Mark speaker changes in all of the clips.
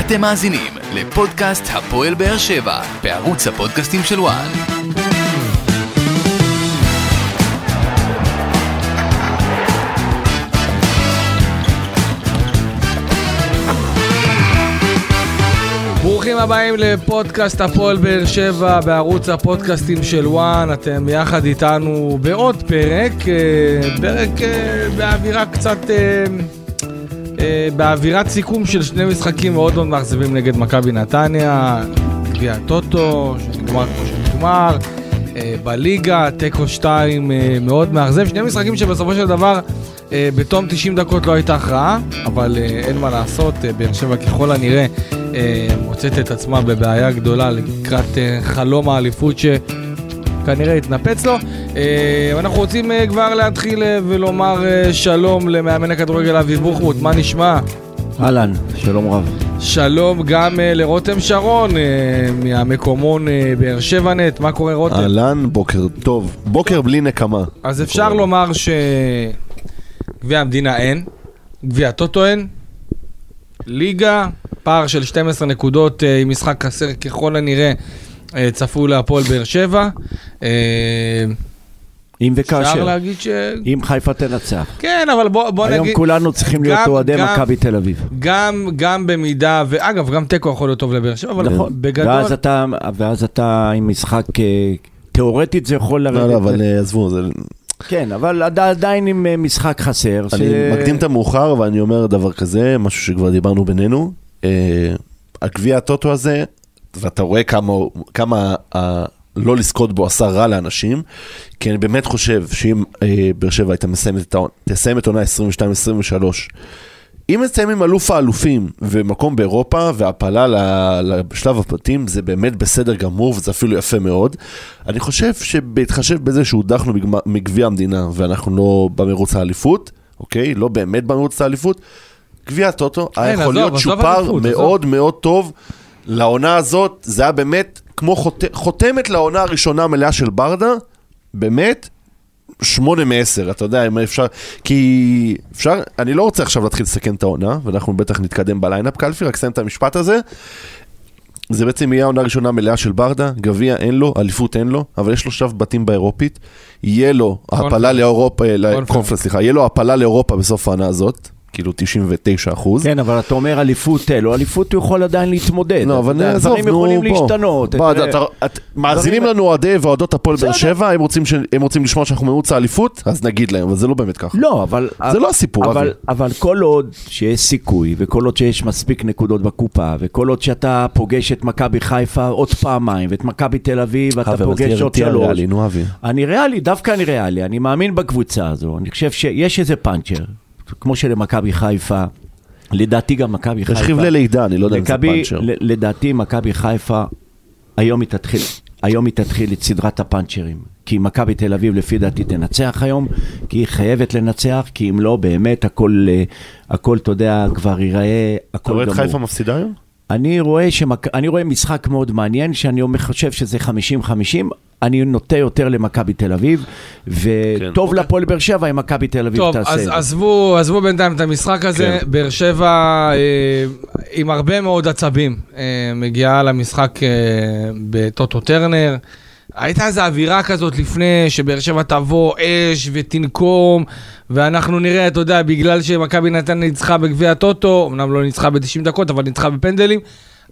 Speaker 1: אתם מאזינים לפודקאסט הפועל באר שבע בערוץ הפודקאסטים של וואן.
Speaker 2: ברוכים הבאים לפודקאסט הפועל באר שבע בערוץ הפודקאסטים של וואן, אתם יחד איתנו בעוד פרק, אה, פרק אה, באווירה קצת, אה, אה, באווירת סיכום של שני משחקים מאוד מאוד מאכזבים נגד מכבי נתניה, גביע הטוטו, שנגמר כמו שנגמר, אה, בליגה, תיקו 2 אה, מאוד מאכזב, שני משחקים שבסופו של דבר אה, בתום 90 דקות לא הייתה הכרעה, אבל אה, אין מה לעשות, אה, באר שבע ככל הנראה אה, מוצאת את עצמה בבעיה גדולה לקראת אה, חלום האליפות ש... כנראה התנפץ לו. אה, אנחנו רוצים אה, כבר להתחיל אה, ולומר אה, שלום למאמן הכדורגל אבי בוחמוט, מה נשמע?
Speaker 3: אהלן, שלום רב.
Speaker 2: שלום גם אה, לרותם שרון אה, מהמקומון אה, באר שבע נט, מה קורה רותם?
Speaker 4: אהלן, בוקר טוב. בוקר בלי נקמה.
Speaker 2: אז אפשר לומר שגביע המדינה אין, גביע הטוטו אין, ליגה, פער של 12 נקודות אה, עם משחק חסר ככל הנראה אה, צפוי להפועל באר שבע. אה,
Speaker 3: אם
Speaker 2: אפשר
Speaker 3: וכאשר,
Speaker 2: להגיד ש...
Speaker 3: אם חיפה תנצח.
Speaker 2: כן, אבל בוא, בוא
Speaker 3: היום
Speaker 2: נגיד,
Speaker 3: כולנו
Speaker 2: גם-
Speaker 3: צריכים להיות אוהדי
Speaker 2: גם-
Speaker 3: מכבי תל אביב.
Speaker 2: גם, גם במידה, ואגב, גם תיקו יכול להיות טוב לבאר שבע, אבל
Speaker 4: כן.
Speaker 3: נכון.
Speaker 2: בגדול...
Speaker 3: ואז אתה- ואז אתה עם משחק, אה, תיאורטית זה יכול לרדת.
Speaker 4: לא, לא, אבל אה, עזבו, זה-
Speaker 3: כן, אבל עד- עדיין עם אה, משחק חסר.
Speaker 4: אני
Speaker 3: ש-
Speaker 4: מקדים את המאוחר ואני אומר דבר כזה, משהו שכבר דיברנו בינינו. אה, הגביע הטוטו הזה, ואתה רואה כמה הוא- כמה ה- לא לזכות בו עשה רע לאנשים, כי אני באמת חושב שאם אה, באר שבע הייתה מסיימת את העונה- תסיים את עונה 22-23, אם נסיים עם אלוף האלופים ומקום באירופה והעפלה ל- לשלב הבתים זה באמת בסדר גמור וזה אפילו יפה מאוד. אני חושב שבהתחשב בזה שהודחנו מגמ- מגביע המדינה ואנחנו לא במרוץ האליפות, אוקיי? לא באמת במרוץ האליפות, גביע הטוטו היה
Speaker 2: אין,
Speaker 4: יכול
Speaker 2: עזוב,
Speaker 4: להיות
Speaker 2: עזוב
Speaker 4: שופר
Speaker 2: אליפות, עזוב.
Speaker 4: מאוד מאוד טוב לעונה הזאת. זה היה באמת כמו חות- חותמת לעונה הראשונה המלאה של ברדה, באמת, שמונה מעשר, אתה יודע, אם אפשר, כי אפשר, אני לא רוצה עכשיו להתחיל לסכן את העונה, ואנחנו בטח נתקדם בליינאפ קלפי, רק סיים את המשפט הזה. זה בעצם יהיה העונה הראשונה מלאה של ברדה, גביע אין לו, אליפות אין לו, אבל יש לו שלב בתים באירופית, יהיה לו העפלה לאירופה, אה, לא,
Speaker 2: קונפרנס.
Speaker 4: קונפרנס, סליחה, יהיה לו העפלה לאירופה בסוף העונה הזאת, כאילו 99 אחוז.
Speaker 3: כן, אבל אתה אומר אליפות, אה, לא אליפות, הוא יכול עדיין להתמודד.
Speaker 4: לא,
Speaker 3: אתה
Speaker 4: אבל
Speaker 3: יודע,
Speaker 4: עזוב, נו,
Speaker 3: הדברים יכולים
Speaker 4: בוא.
Speaker 3: להשתנות.
Speaker 4: בוא,
Speaker 3: אתה-
Speaker 4: אתה- את- מאזינים לנו אוהדי ואוהדות הפועל באר
Speaker 3: בסדר.
Speaker 4: שבע, הם רוצים ש- הם רוצים לשמוע שאנחנו מירוץ האליפות, אז נגיד להם, אבל זה לא באמת ככה.
Speaker 3: לא, אבל...
Speaker 4: זה לא הסיפור,
Speaker 3: אבל,
Speaker 4: אבי.
Speaker 3: אבל כל עוד שיש סיכוי, וכל עוד שיש מספיק נקודות בקופה, וכל עוד שאתה פוגש את מכבי חיפה עוד פעמיים, ואת מכבי תל אביב, ואתה
Speaker 4: אבל
Speaker 3: פוגש
Speaker 4: תהיה-
Speaker 3: עוד
Speaker 4: לא תהיה
Speaker 3: שלוש.
Speaker 4: ריאלי, נו, אבי.
Speaker 3: אני ריאלי, דווקא אני ריאלי. אני מאמין בקבוצה הזו. אני חושב שיש איזה פאנצ'ר, כמו שלמכבי חיפה, לדעתי גם מכבי
Speaker 4: יש
Speaker 3: חיפה.
Speaker 4: חבלי לידה, אני לא יודע אם זה
Speaker 3: מכבי-
Speaker 4: פאנצ'ר.
Speaker 3: ל- לדעתי מכבי חיפה, היום היא תתחיל, היום היא תתחיל את סדרת הפאנצ'רים. כי מכבי תל אביב לפי דעתי תנצח היום, כי היא חייבת לנצח, כי אם לא באמת הכל, אה, הכל אתה יודע, כבר ייראה,
Speaker 4: אתה
Speaker 3: הכל
Speaker 4: רואה את
Speaker 3: גמור.
Speaker 4: חיפה מפסידה היום?
Speaker 3: אני רואה, שמק... אני רואה משחק מאוד מעניין, שאני אומר- חושב שזה 50-50, אני נוטה יותר למכבי תל אביב, וטוב
Speaker 4: כן, אוקיי.
Speaker 3: לפועל באר שבע אם מכבי תל אביב
Speaker 2: טוב,
Speaker 3: תעשה.
Speaker 2: אז
Speaker 3: את זה.
Speaker 2: עזבו, עזבו בינתיים את המשחק הזה.
Speaker 4: כן.
Speaker 2: באר שבע אה, עם הרבה מאוד עצבים אה, מגיעה למשחק אה, בטוטו טרנר. הייתה איזו אווירה כזאת לפני, שבאר שבע תבוא אש ותנקום, ואנחנו נראה, אתה יודע, בגלל שמכבי נתניה ניצחה בגביע הטוטו, אמנם לא ניצחה ב-90 דקות, אבל ניצחה בפנדלים,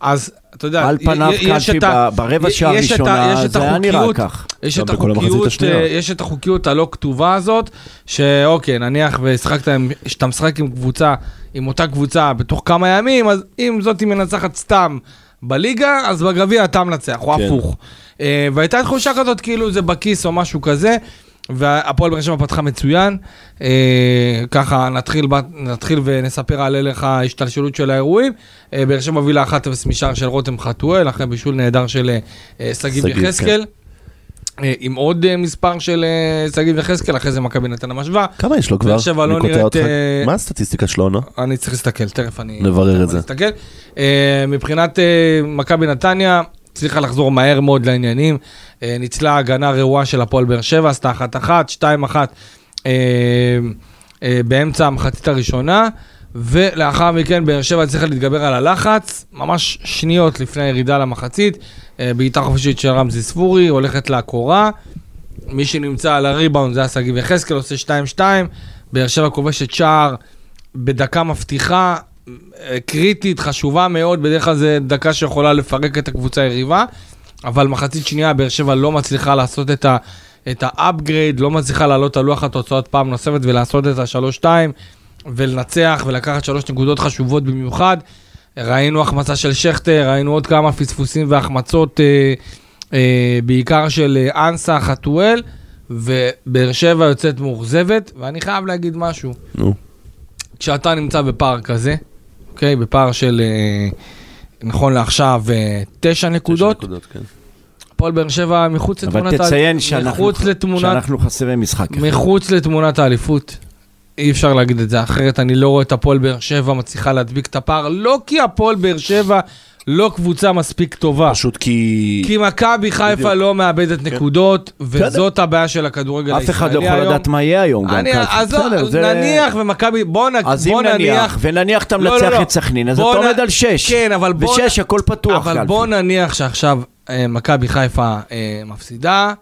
Speaker 2: אז אתה יודע,
Speaker 3: על
Speaker 2: י-
Speaker 3: פניו
Speaker 2: י- יש
Speaker 3: קלפי
Speaker 2: את ה-
Speaker 3: ב- ברבע
Speaker 2: י-
Speaker 3: שעה
Speaker 2: יש את ה-
Speaker 3: הראשונה,
Speaker 2: יש את
Speaker 3: זה היה נראה
Speaker 2: החוקיות-
Speaker 3: כך.
Speaker 2: יש את
Speaker 4: גם בכל המחצית
Speaker 2: החוקיות,
Speaker 4: השנייה.
Speaker 2: אה, יש את החוקיות הלא כתובה הזאת, שאוקיי, נניח והשחקת, עם- שאתה משחק עם קבוצה, עם אותה קבוצה בתוך כמה ימים, אז אם זאת היא מנצחת סתם בליגה, אז בגביע אתה מנצח, או
Speaker 4: כן.
Speaker 2: הפוך. אה, והייתה תחושה כזאת כאילו זה בכיס או משהו כזה. והפועל באר שבע פתחה מצוין, אה, ככה נתחיל, ב- נתחיל ונספר על הלך ההשתלשלות של האירועים. אה, באר שבע מובילה 1-0 משער של רותם חתואל, אחרי בישול נהדר של אה, אה, שגיב
Speaker 4: שגיב,
Speaker 2: יחזקאל. אה, עם עוד אה, מספר של אה, שגיב יחזקאל, אחרי זה מכבי נתניה משווה.
Speaker 4: כמה יש לו כבר?
Speaker 2: באר שבע לא
Speaker 4: אני קוטע
Speaker 2: נראית,
Speaker 4: אותך.
Speaker 2: אה,
Speaker 4: מה הסטטיסטיקה של העונה?
Speaker 2: אני צריך להסתכל, תכף אני...
Speaker 4: נברר
Speaker 2: תכף
Speaker 4: את
Speaker 2: אני
Speaker 4: זה.
Speaker 2: אסתכל. אה, מבחינת אה, מכבי נתניה, הצליחה לחזור מהר מאוד לעניינים. אה, ניצלה הגנה רעועה של הפועל באר שבע, עשתה אחת אחת, שתיים אחת אה, אה, באמצע המחצית הראשונה. ולאחר מכן באר שבע הצליחה להתגבר על הלחץ, ממש שניות לפני הירידה למחצית, אה, בעיטה חופשית של רמזי ספורי, הולכת לקורה, מי שנמצא על הריבאונד זה היה שגיב יחזקאל, עושה 2-2, באר שבע כובשת שער בדקה מבטיחה, אה, קריטית, חשובה מאוד, בדרך כלל זו דקה שיכולה לפרק את הקבוצה היריבה, אבל מחצית שנייה באר שבע לא מצליחה לעשות את ה... את האפגרייד, לא מצליחה לעלות על לוח התוצאות פעם נוספת ולעשות את השלוש-שתיים ולנצח ולקחת שלוש נקודות חשובות במיוחד. ראינו החמצה של שכטר, ראינו עוד כמה פספוסים והחמצות, אה, אה, בעיקר של אה, אנסה חתואל, ובאר שבע יוצאת מאוכזבת, ואני חייב להגיד משהו.
Speaker 4: נו.
Speaker 2: כשאתה נמצא בפער כזה, אוקיי? בפער של, אה, נכון לעכשיו, אה, תשע נקודות,
Speaker 4: כן.
Speaker 2: הפועל באר שבע מחוץ לתמונת...
Speaker 3: אבל
Speaker 2: ה-
Speaker 3: תציין שאנחנו,
Speaker 2: מחוץ לתמונת...
Speaker 3: שאנחנו חסרי משחק. אחד.
Speaker 2: מחוץ לתמונת האליפות. אי אפשר להגיד את זה אחרת, אני לא רואה את הפועל באר שבע מצליחה להדביק את הפער, לא כי הפועל באר שבע לא קבוצה מספיק טובה.
Speaker 4: פשוט כי...
Speaker 2: כי מכבי חיפה לא מאבדת נקודות, וזאת הבעיה של הכדורגל הישראלי
Speaker 3: כן. אף
Speaker 2: היום.
Speaker 3: אחד לא יכול לדעת מה יהיה היום. גם
Speaker 2: אני,
Speaker 3: ככה.
Speaker 2: אז
Speaker 3: בסדר, זה-
Speaker 2: לא, נניח ומכבי, בוא נ-
Speaker 3: אז
Speaker 2: בוא
Speaker 3: אם נניח,
Speaker 2: נניח,
Speaker 3: ונניח אתה
Speaker 2: לא,
Speaker 3: מנצח
Speaker 2: לא, לא.
Speaker 3: את סכנין, אז אתה
Speaker 2: בוא נ-
Speaker 3: עומד על שש.
Speaker 2: כן, אבל בוא-
Speaker 3: ושש, הכל פתוח.
Speaker 2: אבל
Speaker 3: קלפי.
Speaker 2: בוא נניח שעכשיו אה, מכבי חיפה אה, מפסידה,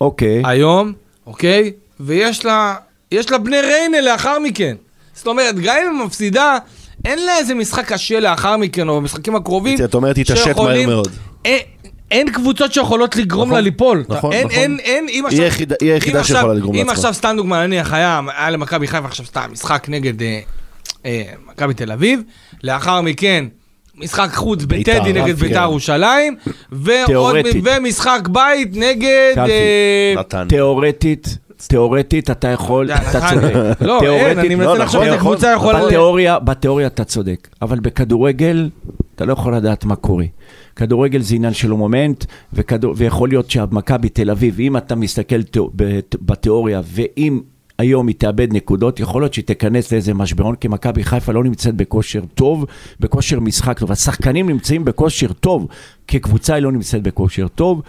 Speaker 3: אוקיי.
Speaker 2: היום, אוקיי? ויש לה, יש לה בני ריינה לאחר מכן. זאת אומרת, גם אם היא מפסידה, אין לה איזה משחק קשה לאחר מכן, או במשחקים הקרובים.
Speaker 4: את אומרת, תתעשת מהר
Speaker 2: שיכולים-
Speaker 4: מאוד.
Speaker 2: אין, אין קבוצות שיכולות לגרום
Speaker 4: נכון,
Speaker 2: לה ליפול.
Speaker 4: נכון,
Speaker 2: אין,
Speaker 4: נכון.
Speaker 2: אין, אין, אם
Speaker 4: היא
Speaker 2: עכשיו...
Speaker 4: היחידה- היא היחידה
Speaker 2: אם עכשיו-
Speaker 4: שיכולה לגרום
Speaker 2: אם
Speaker 4: לעצמה.
Speaker 2: עכשיו, סתם דוגמא, נניח, היה, היה למכבי חיפה עכשיו סתם משחק נגד אה, אה, מכבי תל אביב, לאחר מכן... משחק חוץ בטדי נגד
Speaker 3: רפי,
Speaker 2: בית"ר
Speaker 3: כן.
Speaker 2: ירושלים, ועוד-
Speaker 3: תיאורטית.
Speaker 2: ומשחק בית נגד...
Speaker 3: קלפי.
Speaker 2: אה,
Speaker 4: נתן.
Speaker 3: תיאורטית, תיאורטית אתה יכול, אתה
Speaker 2: נכון.
Speaker 3: צודק.
Speaker 2: לא, אין,
Speaker 3: תיאורטית-
Speaker 2: אני מנסה
Speaker 4: לא,
Speaker 2: לחשוב
Speaker 4: נכון,
Speaker 2: איזה
Speaker 4: נכון.
Speaker 2: קבוצה יכולה...
Speaker 3: בתיאוריה, בתיאוריה אתה צודק, אבל בכדורגל אתה לא יכול לדעת מה קורה. כדורגל זה עניין של מומנט, וכדור, ויכול להיות שהמכבי תל אביב, אם אתה מסתכל תא- בת- בתיאוריה, ואם היום היא תאבד נקודות, יכול להיות שהיא תיכנס לאיזה משברון, כי מכבי חיפה לא נמצאת בכושר טוב, בכושר משחק טוב. השחקנים נמצאים בכושר טוב, כקבוצה היא לא נמצאת בכושר טוב,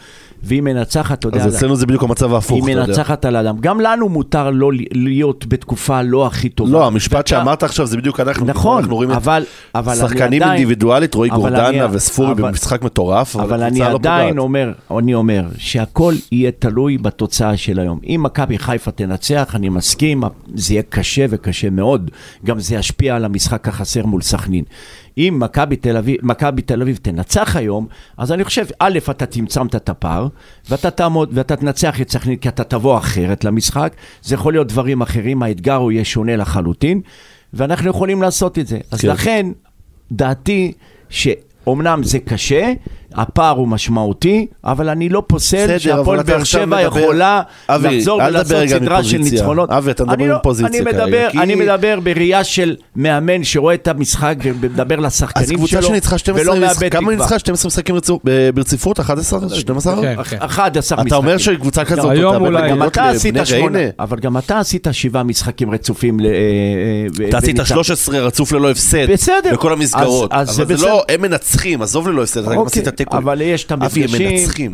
Speaker 3: והיא מנצחת, אתה יודע...
Speaker 4: אז אצלנו זה בדיוק המצב ההפוך, אתה
Speaker 3: היא
Speaker 4: יודע.
Speaker 3: מנצחת על האדם. גם לנו מותר לא ל- להיות בתקופה לא הכי טובה.
Speaker 4: לא, המשפט שאמרת עכשיו זה בדיוק אנחנו.
Speaker 3: נכון,
Speaker 4: אנחנו רואים את
Speaker 3: אבל... אבל אני
Speaker 4: שחקנים
Speaker 3: עדיין-
Speaker 4: אינדיבידואלית, רועי
Speaker 3: אבל
Speaker 4: גורדנה
Speaker 3: אני-
Speaker 4: וספורי
Speaker 3: אבל-
Speaker 4: במשחק מטורף,
Speaker 3: אבל
Speaker 4: הקבוצה
Speaker 3: אני
Speaker 4: לא
Speaker 3: עדיין
Speaker 4: פוגעת.
Speaker 3: אומר, אני אומר, שהכל יהיה תלוי בתוצאה של היום. אם מכבי חיפה תנצח, אני מסכים, זה יהיה קשה וקשה מאוד. גם זה ישפיע על המשחק החסר מול סכנין. אם מכבי תל אביב, מכבי תל אביב תנצח היום, אז אני חושב, א', אתה תמצמת את הפער, ואתה תעמוד, ואתה תנצח את סכנין, כי אתה תבוא אחרת למשחק. זה יכול להיות דברים אחרים, האתגר הוא יהיה שונה לחלוטין, ואנחנו יכולים לעשות את זה. אז
Speaker 4: כן.
Speaker 3: לכן, דעתי שאומנם זה קשה, הפער הוא משמעותי, אבל אני לא פוסל
Speaker 4: בסדר,
Speaker 3: שהפועל
Speaker 4: אבל אתה
Speaker 3: באר
Speaker 4: עכשיו
Speaker 3: שבע
Speaker 4: מדבר-
Speaker 3: יכולה
Speaker 4: אבי,
Speaker 3: לחזור
Speaker 4: אל
Speaker 3: ולעשות
Speaker 4: תדבר רגע
Speaker 3: סדרה של
Speaker 4: מפוזיציה.
Speaker 3: ניצחונות.
Speaker 4: אבי, אתה מדבר
Speaker 3: אני לא-
Speaker 4: מפוזיציה
Speaker 3: אני
Speaker 4: כרגע,
Speaker 3: מדבר-
Speaker 4: כי-
Speaker 3: אני מדבר בראייה של מאמן שרואה את המשחק ומדבר
Speaker 4: אז
Speaker 3: לשחקנים
Speaker 4: קבוצה
Speaker 3: שלו,
Speaker 4: שניצחה 12
Speaker 3: ולא מאבד
Speaker 4: משחקים, כמה
Speaker 3: תקווה.
Speaker 4: ניצחה? 12 משחקים רצו- ב- ברציפות? 11? 12?
Speaker 2: כן,
Speaker 3: אח-
Speaker 2: כן.
Speaker 3: 11 משחקים.
Speaker 4: אתה אומר שקבוצה כזאת,
Speaker 2: היום
Speaker 4: אתה לא
Speaker 2: אולי.
Speaker 3: גם
Speaker 4: בנקודות
Speaker 3: אתה עשית
Speaker 4: לבני
Speaker 3: שמונה,
Speaker 4: ריינה.
Speaker 3: אבל גם אתה עשית שבעה משחקים רצופים. ל- אה, אה,
Speaker 4: אתה עשית
Speaker 3: וניצחת.
Speaker 4: 13 רצוף ללא הפסד.
Speaker 3: בסדר.
Speaker 4: בכל המסגרות.
Speaker 3: אז- אז זה
Speaker 4: אבל זה
Speaker 3: בסדר.
Speaker 4: לא, הם מנצחים, עזוב ללא הפסד, אתה גם
Speaker 3: אוקיי,
Speaker 4: עשית תיקו.
Speaker 3: אבל יש את
Speaker 4: אבי, הם
Speaker 3: המפגשים.
Speaker 4: מנצחים.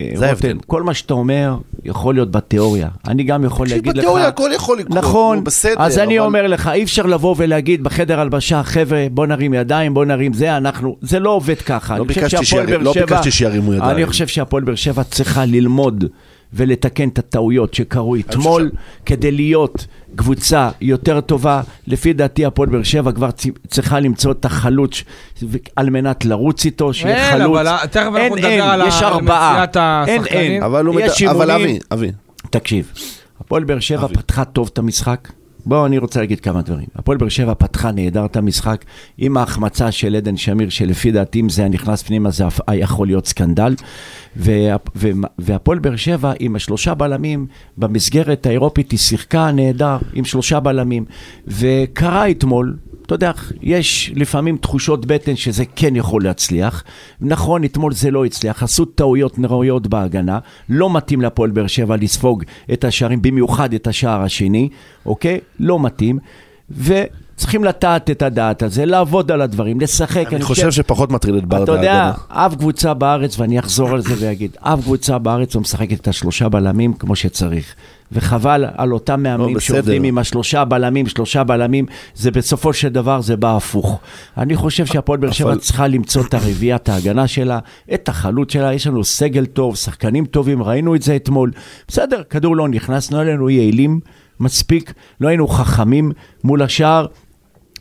Speaker 3: אה,
Speaker 4: זה ההבדל.
Speaker 3: רותם, כל מה שאתה אומר יכול להיות בתיאוריה. אני גם יכול להגיד לך...
Speaker 4: בתיאוריה הכל יכול לקרות,
Speaker 3: נכון,
Speaker 4: נו, בסדר,
Speaker 3: אז אני
Speaker 4: אבל-
Speaker 3: אומר לך, אי אפשר לבוא ולהגיד בחדר הלבשה, חבר'ה, בוא נרים ידיים, בוא נרים זה, אנחנו... זה לא עובד ככה.
Speaker 4: לא
Speaker 3: אני חושב
Speaker 4: ביקשתי
Speaker 3: שהפועל
Speaker 4: שירים-
Speaker 3: באר
Speaker 4: לא
Speaker 3: שבע-
Speaker 4: ביקשתי שירימו ידיים.
Speaker 3: אני חושב שהפועל באר שבע צריכה ללמוד ולתקן את הטעויות שקרו אתמול, כדי להיות קבוצה יותר טובה. לפי דעתי, הפועל באר שבע כבר צ- צריכה למצוא את החלוץ ו- על מנת לרוץ איתו, שיהיה
Speaker 2: אין,
Speaker 3: חלוץ.
Speaker 2: אבל תכף אנחנו
Speaker 3: אין,
Speaker 2: נדבר
Speaker 3: אין,
Speaker 2: על ה-
Speaker 3: יש
Speaker 2: על
Speaker 3: ארבעה.
Speaker 2: מציאת השחקנים.
Speaker 3: אין, אין.
Speaker 4: אבל הוא...
Speaker 3: יש
Speaker 4: מת- אבל
Speaker 3: שינויים.
Speaker 4: אבי, אבי.
Speaker 3: תקשיב, הפועל באר שבע פתחה טוב את המשחק. בואו, אני רוצה להגיד כמה דברים. הפועל באר שבע פתחה נהדר את המשחק עם ההחמצה של עדן שמיר, שלפי דעתי אם זה היה נכנס פנימה זה אף- היה יכול להיות סקנדל. וה- ו- והפועל באר שבע עם השלושה בלמים במסגרת האירופית, היא שיחקה נהדר עם שלושה בלמים. וקרה אתמול, אתה יודע, יש לפעמים תחושות בטן שזה כן יכול להצליח. נכון, אתמול זה לא הצליח, עשו טעויות נוראיות בהגנה, לא מתאים להפועל באר שבע לספוג את השערים, במיוחד את השער השני, אוקיי? לא מתאים. ו... צריכים לטעת את הדעת הזה, לעבוד על הדברים, לשחק.
Speaker 4: אני חושב שפחות מטריד את ברדה.
Speaker 3: אתה יודע,
Speaker 4: ההגנה.
Speaker 3: אף קבוצה בארץ, ואני אחזור על זה ואגיד, אף קבוצה בארץ לא משחקת את השלושה בלמים כמו שצריך. וחבל על אותם מאמנים
Speaker 4: לא,
Speaker 3: לא,
Speaker 4: בסדר.
Speaker 3: שעובדים עם השלושה בלמים, שלושה בלמים, זה בסופו של דבר זה בא הפוך. אני חושב שהפועל באר שבע
Speaker 4: אבל-
Speaker 3: צריכה למצוא את הרביעיית ההגנה שלה, את החלוץ שלה, יש לנו סגל טוב, שחקנים טובים, ראינו את זה אתמול. בסדר, כדור לא נכנס, לא היינו יעילים מספיק, לא היינו חכמים מול השער.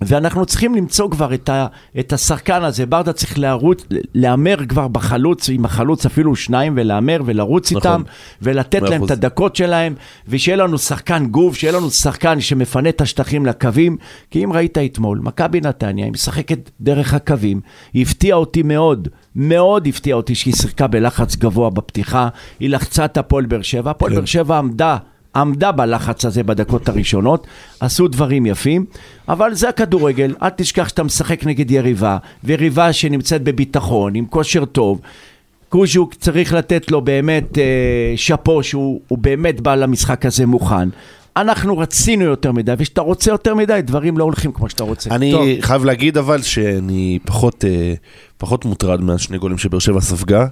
Speaker 3: ואנחנו צריכים למצוא כבר את, ה, את השחקן הזה. ברדה צריך להרוץ, להמר כבר בחלוץ, עם החלוץ אפילו שניים, ולהמר ולרוץ
Speaker 4: נכון.
Speaker 3: נכון. איתם, ולתת
Speaker 4: מאה
Speaker 3: להם
Speaker 4: אחוז.
Speaker 3: את הדקות שלהם, ושיהיה לנו שחקן גוף, שיהיה לנו שחקן שמפנה את השטחים לקווים. כי אם ראית אתמול, מכבי נתניה, היא משחקת דרך הקווים, היא הפתיעה אותי מאוד, מאוד הפתיעה אותי שהיא שיחקה בלחץ גבוה בפתיחה, היא לחצה את הפועל באר שבע, הפועל
Speaker 4: כן.
Speaker 3: באר שבע עמדה. עמדה בלחץ הזה בדקות הראשונות, עשו דברים יפים, אבל זה הכדורגל, אל תשכח שאתה משחק נגד יריבה, ויריבה שנמצאת בביטחון, עם כושר טוב. קוז'וק צריך לתת לו באמת אה, שאפו שהוא הוא באמת בא למשחק הזה מוכן. אנחנו רצינו יותר מדי, וכשאתה רוצה יותר מדי, דברים לא הולכים כמו שאתה רוצה.
Speaker 4: אני
Speaker 2: טוב.
Speaker 4: חייב להגיד אבל שאני פחות, אה, פחות מוטרד מהשני גולים שבאר שבע ספגה,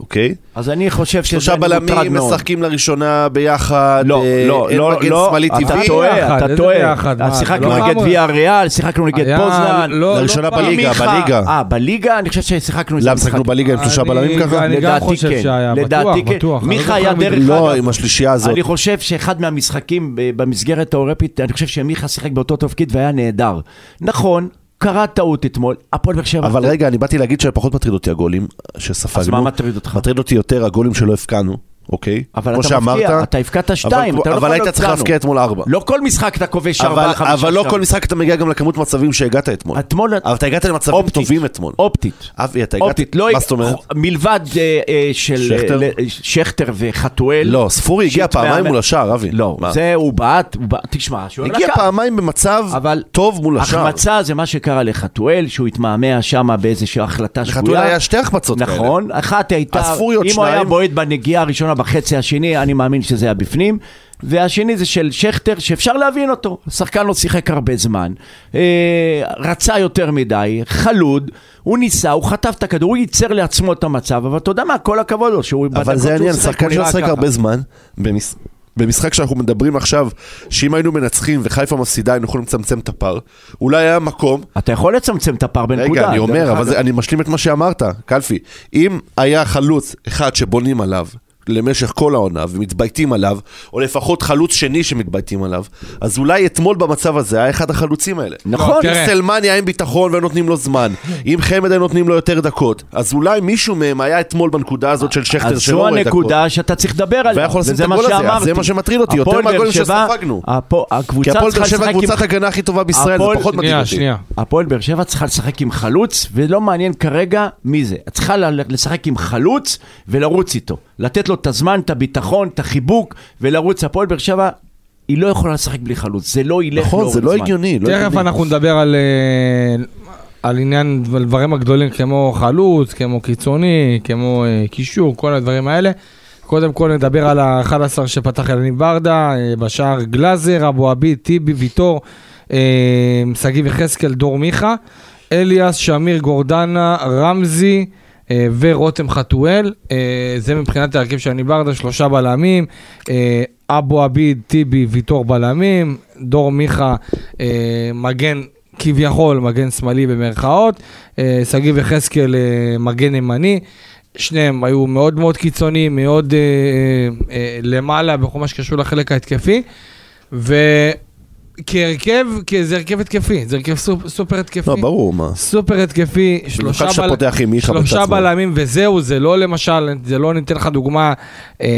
Speaker 4: אוקיי?
Speaker 3: אז אני חושב שזה
Speaker 4: שלושה
Speaker 3: אני מוטרד
Speaker 4: בלמים
Speaker 3: מאוד.
Speaker 4: משחקים לראשונה ביחד,
Speaker 3: לא,
Speaker 4: אה,
Speaker 3: לא,
Speaker 4: אין
Speaker 3: לא,
Speaker 4: מגן
Speaker 3: לא,
Speaker 4: שמאלי
Speaker 3: אתה
Speaker 4: טבעי.
Speaker 3: טועה,
Speaker 2: ביחד,
Speaker 3: אתה
Speaker 2: איזה
Speaker 3: טועה.
Speaker 2: ביחד? מה,
Speaker 3: אז שיחקנו
Speaker 2: לא
Speaker 3: נגד
Speaker 2: אמרת.
Speaker 3: ויה ריאל, שיחקנו נגד
Speaker 2: היה-
Speaker 3: פוזנן.
Speaker 2: לא, לא
Speaker 4: לראשונה
Speaker 2: פעם.
Speaker 4: בליגה.
Speaker 3: מיכה-
Speaker 4: בליגה.
Speaker 3: אה, בליגה? אני חושב ששיחקנו איזה
Speaker 4: למה משחקנו
Speaker 3: כן,
Speaker 4: בליגה עם שלושה
Speaker 2: אני-
Speaker 4: בלמים ככה?
Speaker 2: אני- גם חושב שהיה,
Speaker 3: לדעתי
Speaker 2: בטוח,
Speaker 3: כן.
Speaker 2: בטוח. אני
Speaker 3: מיכה
Speaker 2: לא
Speaker 3: היה
Speaker 2: זוכר
Speaker 3: דרך
Speaker 2: בדיוק.
Speaker 4: לא,
Speaker 3: אגב.
Speaker 4: עם השלישייה הזאת.
Speaker 3: אני חושב שאחד מהמשחקים ב- במסגרת האירופית, אני חושב שמיכה שיחק באותו תפקיד והיה נהדר. נכון, קרה טעות אתמול, הפועל באר שבע...
Speaker 4: אבל רגע, אני באתי להגיד שפחות מטריד אותי הגולים שספגנו.
Speaker 3: אוקיי. אז מה מטריד אותך?
Speaker 4: מטריד אותי יותר הגולים שלא הבקענו, אוקיי?
Speaker 3: אבל
Speaker 4: כמו
Speaker 3: אתה
Speaker 4: שאמרת,
Speaker 3: מפקיע, אתה הבקעת שתיים,
Speaker 4: אבל-
Speaker 3: אתה לא
Speaker 4: אבל
Speaker 3: יכול
Speaker 4: היית
Speaker 3: להיות
Speaker 4: צריך
Speaker 3: לנו.
Speaker 4: להבקיע אתמול ארבע.
Speaker 3: לא כל משחק אתה כובש ארבעה,
Speaker 4: אבל,
Speaker 3: חמישה...
Speaker 4: אבל לא
Speaker 3: שערים.
Speaker 4: כל משחק אתה מגיע גם לכמות מצבים שהגעת אתמול.
Speaker 3: אתמול...
Speaker 4: אבל אתה הגעת למצבים
Speaker 3: אופטית.
Speaker 4: טובים אתמול.
Speaker 3: אופטית.
Speaker 4: אבי, אתה הגעת...
Speaker 3: אופטית, לא...
Speaker 4: מה זאת אומרת?
Speaker 3: מלבד אה, אה, של...
Speaker 4: שכטר?
Speaker 3: אה, ל- שכטר וחתואל.
Speaker 4: לא, ספורי הגיע
Speaker 3: שיט
Speaker 4: פעמיים
Speaker 3: מאמן.
Speaker 4: מול השער, אבי.
Speaker 3: לא,
Speaker 4: מה?
Speaker 3: זה הוא בעט, הוא בעט, תשמע, השוער
Speaker 4: הגיע פעמיים במצב
Speaker 3: אבל-
Speaker 4: טוב מול השער.
Speaker 3: החמצה זה מה שקרה לחתואל, שהוא התמהמה שם באיזושהי החלטה שגויה.
Speaker 4: לחתואל היה שתי החמצות כאלה.
Speaker 3: נכון, אחת הייתה,
Speaker 4: הספוריות
Speaker 3: אם הוא היה
Speaker 4: שניים.
Speaker 3: בועט בנגיעה הראשונה בחצי השני, אני מאמין שזה היה בפנים. והשני זה של שכטר, שאפשר להבין אותו. השחקן לא שיחק הרבה זמן, אה, רצה יותר מדי, חלוד, הוא ניסה, הוא חטף את הכדור, הוא ייצר לעצמו את המצב, אבל אתה יודע מה, כל הכבוד לו, שהוא... בדקות
Speaker 4: אבל זה
Speaker 3: שהוא
Speaker 4: העניין,
Speaker 3: שיחק,
Speaker 4: שחקן
Speaker 3: הוא נראה
Speaker 4: שמשחק
Speaker 3: ככה.
Speaker 4: הרבה זמן, במש- במשחק שאנחנו מדברים עכשיו, שאם היינו מנצחים וחיפה מפסידה, היינו יכולים לצמצם את הפער. אולי היה מקום,
Speaker 3: אתה יכול לצמצם את הפער בנקודה.
Speaker 4: רגע, אני
Speaker 3: דרך
Speaker 4: אומר, אבל
Speaker 3: אגב.
Speaker 4: זה- אני משלים את מה שאמרת, קלפי. אם היה חלוץ אחד שבונים עליו למשך כל העונה ומתבייתים עליו, או לפחות חלוץ שני שמתבייתים עליו, אז אולי אתמול במצב הזה היה אחד החלוצים האלה.
Speaker 3: נכון,
Speaker 2: תראה.
Speaker 4: אם סלמני היה עם ביטחון והיו נותנים לו זמן, אם חמד היו נותנים לו יותר דקות, אז אולי מישהו מהם היה אתמול בנקודה הזאת של שכטר
Speaker 3: אז
Speaker 4: שלא
Speaker 3: זו
Speaker 4: רואה דקות.
Speaker 3: הנקודה שאתה צריך לדבר עליה,
Speaker 4: והיה יכול לשים את
Speaker 3: וזה מה
Speaker 4: הגול הזה, אז
Speaker 3: שאמרתי.
Speaker 4: זה מה שמטריד אותי, יותר
Speaker 3: הפועל באר
Speaker 4: מהגולים
Speaker 3: שבע-
Speaker 4: שספגנו.
Speaker 3: הפו-
Speaker 4: כי
Speaker 3: הקבוצה
Speaker 4: הפועל באר
Speaker 3: צריכה
Speaker 4: שבע
Speaker 3: לשחק עם-
Speaker 4: קבוצת הגנה הכי טובה בישראל, זה
Speaker 3: הפועל-
Speaker 4: פחות מטריד
Speaker 2: שנייה,
Speaker 4: אותי.
Speaker 2: שנייה.
Speaker 3: הפועל באר שבע צריכה לשחק עם חלוץ, ולא מעניין כרגע מי זה. צריכה ל- לשחק עם חלוץ ולרוץ איתו. לתת לו את הזמן, את הביטחון, את החיבוק, ולרוץ. הפועל באר שבע, היא לא יכולה לשחק בלי חלוץ. זה לא ילך
Speaker 4: נכון,
Speaker 3: לאורך
Speaker 4: זה לא
Speaker 3: זמן.
Speaker 4: הגיוני. לא
Speaker 2: תכף
Speaker 4: הגיוני.
Speaker 2: אנחנו נדבר על, אה, על עניין, על דברים הגדולים כמו חלוץ, כמו קיצוני, כמו אה, קישור, כל הדברים האלה. קודם כל נדבר על ה-11 שפתח אלניב ברדה, אה, בשער גלאזר, אבו עביד, טיבי, ויטור, אה, שגיב יחזקאל, דור מיכה, אליאס, שמיר, גורדנה, רמזי. אה, ורותם חתואל, אה, זה מבחינת ההרכב של ניברדה, שלושה בלמים, אה, אבו עביד, טיבי, ויטור בלמים, דור מיכה, אה, מגן כביכול, מגן שמאלי במרכאות, אה, שגיב יחזקאל, אה, מגן ימני. שניהם היו מאוד מאוד קיצוניים, מאוד אה, אה, אה, למעלה בכל מה שקשור לחלק ההתקפי. וכהרכב, כי זה הרכב התקפי, זה הרכב סופ, סופר התקפי.
Speaker 4: לא, ברור, מה.
Speaker 2: סופר התקפי, שלושה,
Speaker 4: במיוחד שאתה פותח עם מיכה בצד
Speaker 2: שלושה
Speaker 4: שמאל.
Speaker 2: בלמים וזהו, זה לא למשל, זה לא ניתן לך דוגמה, אה,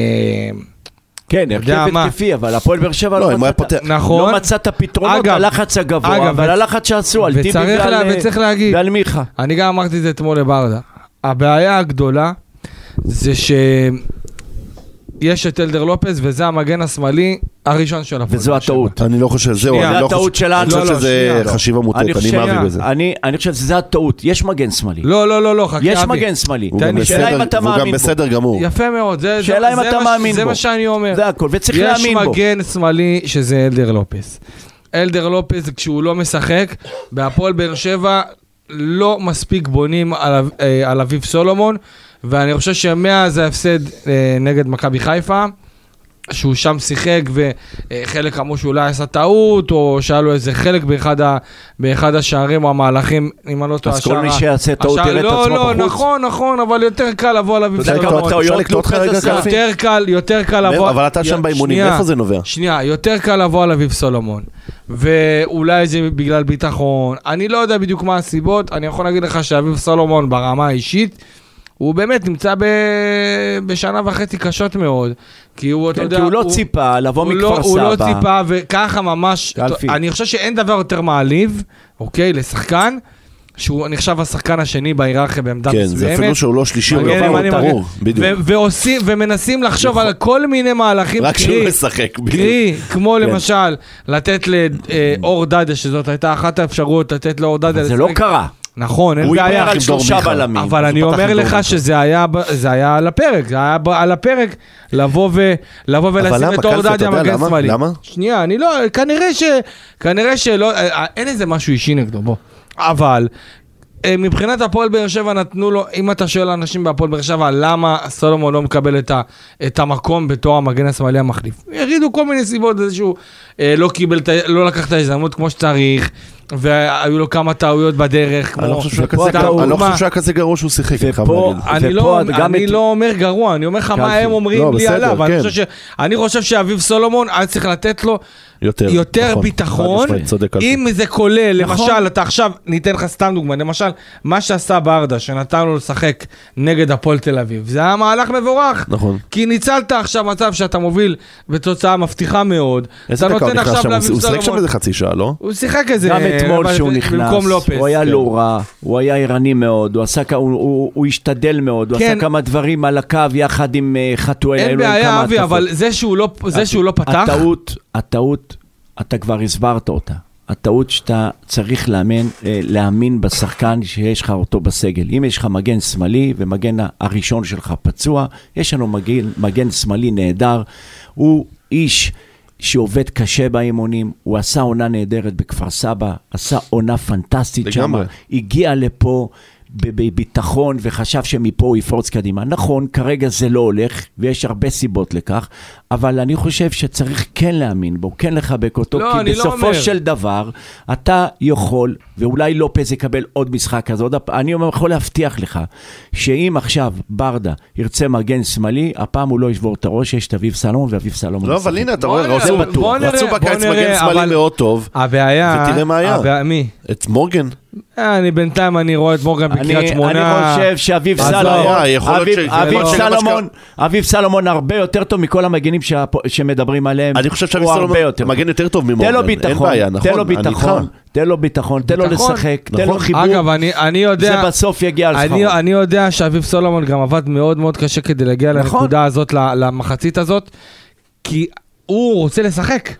Speaker 3: כן,
Speaker 2: יודע
Speaker 3: הרכב
Speaker 2: מה.
Speaker 3: התקפי, אבל הפועל באר שבע
Speaker 4: לא,
Speaker 3: לא,
Speaker 4: אם הוא היה
Speaker 3: מצאת,
Speaker 4: פותח-
Speaker 2: נכון?
Speaker 3: לא מצאת פתרונות
Speaker 2: אגב,
Speaker 3: ללחץ הגבוה,
Speaker 2: אגב,
Speaker 3: ועל
Speaker 2: וצ-
Speaker 3: הלחץ שעשו, על טיבי
Speaker 2: וצריך
Speaker 3: ועל,
Speaker 2: לה-
Speaker 3: אה,
Speaker 2: וצריך להגיד.
Speaker 3: ועל מיכה.
Speaker 2: אני גם אמרתי את זה אתמול לברדה. הבעיה הגדולה זה שיש את אלדר לופס וזה המגן השמאלי הראשון של הפועל.
Speaker 3: וזו
Speaker 2: באר שבע.
Speaker 3: הטעות.
Speaker 4: אני לא חושב, זהו,
Speaker 2: שנייה,
Speaker 4: אני
Speaker 3: זה
Speaker 4: לא
Speaker 3: הטעות
Speaker 4: חושב,
Speaker 3: שלנו.
Speaker 4: אני חושב
Speaker 2: לא, לא,
Speaker 4: שזה
Speaker 2: שנייה, לא.
Speaker 4: חשיבה מוטעת,
Speaker 3: אני
Speaker 4: אני
Speaker 3: חושב-
Speaker 4: מאמין בזה.
Speaker 3: אני, אני חושב שזו הטעות, יש מגן שמאלי.
Speaker 2: לא, לא, לא, לא, חכה.
Speaker 3: יש
Speaker 2: אבי.
Speaker 3: מגן שמאלי.
Speaker 4: הוא
Speaker 2: תן
Speaker 4: גם
Speaker 2: לי,
Speaker 3: שאלה
Speaker 4: בסדר-
Speaker 3: אם אתה
Speaker 4: והוא גם
Speaker 3: מאמין בו.
Speaker 4: בסדר גמור.
Speaker 2: יפה מאוד, זה,
Speaker 3: שאלה
Speaker 2: זה,
Speaker 3: אם
Speaker 2: זה
Speaker 3: אתה
Speaker 2: מה,
Speaker 3: מאמין
Speaker 2: זה
Speaker 3: בו.
Speaker 2: מה שאני אומר.
Speaker 3: זה הכל, וצריך
Speaker 2: יש
Speaker 3: להאמין בו.
Speaker 2: מגן שמאלי שזה אלדר לופס. אלדר לופז, כשהוא לא משחק, בהפועל באר שבע לא מספיק בונים על, אה, על אביב סולומון, ואני חושב שמאז ההפסד אה, נגד מכבי חיפה, שהוא שם שיחק וחלק אמרו שאולי עשה טעות, או שהיה לו איזה חלק באחד, ה, באחד השערים או המהלכים, אם אני לא טועה,
Speaker 3: אז כל
Speaker 2: השער
Speaker 3: מי
Speaker 2: ה-
Speaker 3: שיעשה טעות
Speaker 2: השער-
Speaker 3: יראה את
Speaker 2: לא,
Speaker 3: עצמו
Speaker 2: לא,
Speaker 3: בחוץ.
Speaker 2: נכון, נכון, אבל יותר קל לבוא על אביב
Speaker 3: אתה יודע כמה
Speaker 2: סולומון.
Speaker 3: טעויות
Speaker 4: אפשר לקנות לך
Speaker 3: כלום כן.
Speaker 4: רגע
Speaker 3: אפס,
Speaker 4: קלפי?
Speaker 2: יותר קל, יותר קל לבוא...
Speaker 4: אבל אתה
Speaker 2: י-
Speaker 4: שם באימונים,
Speaker 2: שנייה,
Speaker 4: איפה זה נובע?
Speaker 2: שנייה, יותר קל לבוא על אביב סולומון. ואולי זה בגלל ביטחון. אני לא יודע בדיוק מה הסיבות, אני יכול להגיד לך שאביב סולומון ברמה האישית, הוא באמת נמצא ב... בשנה וחצי קשות מאוד. כי הוא, אתה
Speaker 3: כן,
Speaker 2: יודע...
Speaker 3: כי הוא לא ציפה לבוא
Speaker 2: הוא לא-
Speaker 3: מכפר
Speaker 2: הוא לא
Speaker 3: סבא.
Speaker 2: ציפה, וככה ממש...
Speaker 3: קלפי.
Speaker 2: אני חושב שאין דבר יותר מעליב, אוקיי, לשחקן, שהוא נחשב השחקן השני בהיררכיה בעמדה
Speaker 4: כן,
Speaker 2: מסוימת.
Speaker 4: זה אפילו שהוא לא שלישי, הוא
Speaker 2: מגן ימני,
Speaker 4: גבוה,
Speaker 2: מגן-
Speaker 4: ברור, בדיוק.
Speaker 2: אוקיי, ו- ועושים, ומנסים לחשוב על כל מיני מהלכים,
Speaker 4: רק
Speaker 2: קרי,
Speaker 4: שהוא משחק, בדיוק.
Speaker 2: קרי, כמו למשל, לתת לאור דדיה, שזאת הייתה אחת האפשרויות, לתת לאור דדיה,
Speaker 3: אבל זה לא
Speaker 2: לשחק.
Speaker 3: קרה.
Speaker 2: נכון, אין
Speaker 4: הוא
Speaker 2: בעיה,
Speaker 4: עם
Speaker 3: דיבר על
Speaker 4: דור
Speaker 3: שלושה
Speaker 4: מיכה.
Speaker 3: בלמים.
Speaker 2: אבל אני
Speaker 4: פתח עם
Speaker 2: אומר
Speaker 4: דור
Speaker 2: לך
Speaker 4: מיכה.
Speaker 2: שזה היה ב- זה היה על הפרק, זה היה ב- על הפרק, לבוא ו- לבוא ולשים
Speaker 4: למה,
Speaker 2: את אור
Speaker 4: קלפה, אתה
Speaker 2: דדיה
Speaker 4: יודע
Speaker 2: מגן
Speaker 4: למה?
Speaker 2: שמאלי.
Speaker 4: למה?
Speaker 2: שנייה, אני לא, כנראה ש... כנראה שלא, אה, אה, אין איזה משהו אישי נגדו, בוא. אבל... אה, מבחינת הפועל באר שבע נתנו לו, אם אתה שואל אנשים בהפועל באר שבע למה סולומון לא מקבל את, ה, את המקום בתור המגן השמאלי המחליף. ירידו כל מיני סיבות, איזה שהוא אה, לא קיבל, את ה- לא לקח את ההזדמנות כמו שצריך, והיו לו כמה טעויות בדרך, כמו...
Speaker 4: אני לא חושב שהוא היה
Speaker 3: ופה
Speaker 4: כזה גרוע- אני לא
Speaker 2: הדוגמה-
Speaker 4: חושב שהוא היה כזה גרוע שהוא שיחק, אני חייב
Speaker 3: ופה-
Speaker 4: להגיד.
Speaker 2: אני,
Speaker 3: ופה
Speaker 2: לא,
Speaker 3: את- גם
Speaker 2: אני
Speaker 3: את-
Speaker 2: לא אומר גרוע, אני אומר לך מה
Speaker 3: קלפי.
Speaker 2: הם אומרים
Speaker 4: לא,
Speaker 2: לי
Speaker 4: בסדר,
Speaker 2: עליו. אני,
Speaker 4: כן.
Speaker 2: חושב ש... אני חושב שאביב סולומון, היה צריך לתת לו
Speaker 4: יותר,
Speaker 2: יותר
Speaker 4: נכון.
Speaker 2: ביטחון.
Speaker 4: חד משמעית, צודק, אלפי.
Speaker 2: אם זה כולל,
Speaker 3: נכון.
Speaker 2: למשל, אתה עכשיו, ניתן לך סתם דוגמה, למשל, מה שעשה ברדה, שנתן לו לשחק נגד הפועל תל אביב, זה היה מהלך מבורך.
Speaker 4: נכון.
Speaker 2: כי ניצלת עכשיו מצב שאתה מוביל בתוצאה מבטיחה מאוד.
Speaker 4: איזה
Speaker 2: אתה
Speaker 4: דקה הוא
Speaker 2: נותן
Speaker 4: נכנס
Speaker 2: עכשיו
Speaker 4: שם?
Speaker 2: לאביב
Speaker 4: הוא שיחק שם
Speaker 2: סולומון.
Speaker 4: איזה חצי שעה, לא?
Speaker 2: הוא שיחק איזה...
Speaker 3: גם אתמול
Speaker 2: אה, אבל-
Speaker 3: שהוא נכנס,
Speaker 2: במקום לופס.
Speaker 3: הוא היה
Speaker 4: כן.
Speaker 3: לא רע, הוא היה ערני מאוד, הוא עשה כ- הוא- הוא הוא השתדל מאוד, הוא
Speaker 2: כן.
Speaker 3: עשה כמה דברים על הקו יחד עם אה, חתואל.
Speaker 2: אין
Speaker 3: היו להם
Speaker 2: בעיה,
Speaker 3: כמה
Speaker 2: אבי,
Speaker 3: התקפות.
Speaker 2: אבל זה שהוא לא- זה שהוא לא פתח...
Speaker 3: הטעות, הטעות, אתה כבר הסברת אותה. הטעות שאתה צריך לאמן, אה, להאמין בשחקן שיש לך אותו בסגל. אם יש לך מגן שמאלי ומגן ה- הראשון שלך פצוע, יש לנו מגן, מגן שמאלי נהדר. הוא איש שעובד קשה באימונים, הוא עשה עונה נהדרת בכפר סבא, עשה עונה פנטסטית שם,
Speaker 4: לגמרי.
Speaker 3: הגיע לפה. ב- בביטחון וחשב שמפה הוא יפרוץ קדימה. נכון, כרגע זה לא הולך, ויש הרבה סיבות לכך, אבל אני חושב שצריך כן להאמין בו, כן לחבק אותו,
Speaker 2: לא,
Speaker 3: כי
Speaker 2: אני לא
Speaker 3: בסופו
Speaker 2: אומר.
Speaker 3: של דבר, אתה יכול, ואולי לופז יקבל עוד משחק כזה, עוד, הפ- אני אומר, יכול להבטיח לך, שאם עכשיו ברדה ירצה מגן שמאלי, הפעם הוא לא ישבור את הראש, יש את אביב סלומון, ואביב סלומון
Speaker 4: לא,
Speaker 3: משחק.
Speaker 4: אבל הנה, אתה
Speaker 2: בוא
Speaker 4: רואה,
Speaker 2: נראה,
Speaker 4: רצו-
Speaker 2: בוא נראה,
Speaker 4: רצו
Speaker 2: בוא
Speaker 4: בקיץ
Speaker 2: נראה,
Speaker 4: מגן שמאלי
Speaker 2: אבל-
Speaker 4: מאוד טוב,
Speaker 2: הבעיה...
Speaker 4: ותראה מה היה.
Speaker 2: הבעיה- מי?
Speaker 4: את מורגן.
Speaker 2: אה, אני בינתיים, אני רואה את מורגן בקריית
Speaker 3: אני,
Speaker 2: שמונה.
Speaker 3: אני חושב שאביב
Speaker 2: אז לא
Speaker 3: סלומון,
Speaker 4: היה, לא, אה, יכול להיות לא-
Speaker 3: אביב,
Speaker 4: ש-
Speaker 3: אביב,
Speaker 4: יכול להיות שגם
Speaker 3: סלומון, אביב סלומון הרבה יותר טוב מכל המגנים שהפו- שמדברים עליהם.
Speaker 4: אני חושב שאביב
Speaker 3: הוא
Speaker 4: סולומון
Speaker 3: הרבה יותר
Speaker 4: מגן יותר טוב ממורגן.
Speaker 3: תן לו
Speaker 4: אין
Speaker 3: ביטחון,
Speaker 4: בעיה,
Speaker 3: תן
Speaker 4: נכון,
Speaker 3: לו
Speaker 4: אני איתך.
Speaker 3: ביטחון, תן לו ביטחון, תן לו
Speaker 2: ביטחון.
Speaker 3: לשחק, תן לו
Speaker 4: נכון.
Speaker 3: חיבור,
Speaker 2: אגב, אני, אני
Speaker 3: זה
Speaker 2: יודע...
Speaker 3: בסוף יגיע על
Speaker 2: אני,
Speaker 3: שכרו.
Speaker 2: אני יודע שאביב סולומון גם עבד מאוד מאוד קשה כדי להגיע
Speaker 3: נכון.
Speaker 2: לנקודה הזאת, ל- למחצית הזאת, כי הוא רוצה לשחק.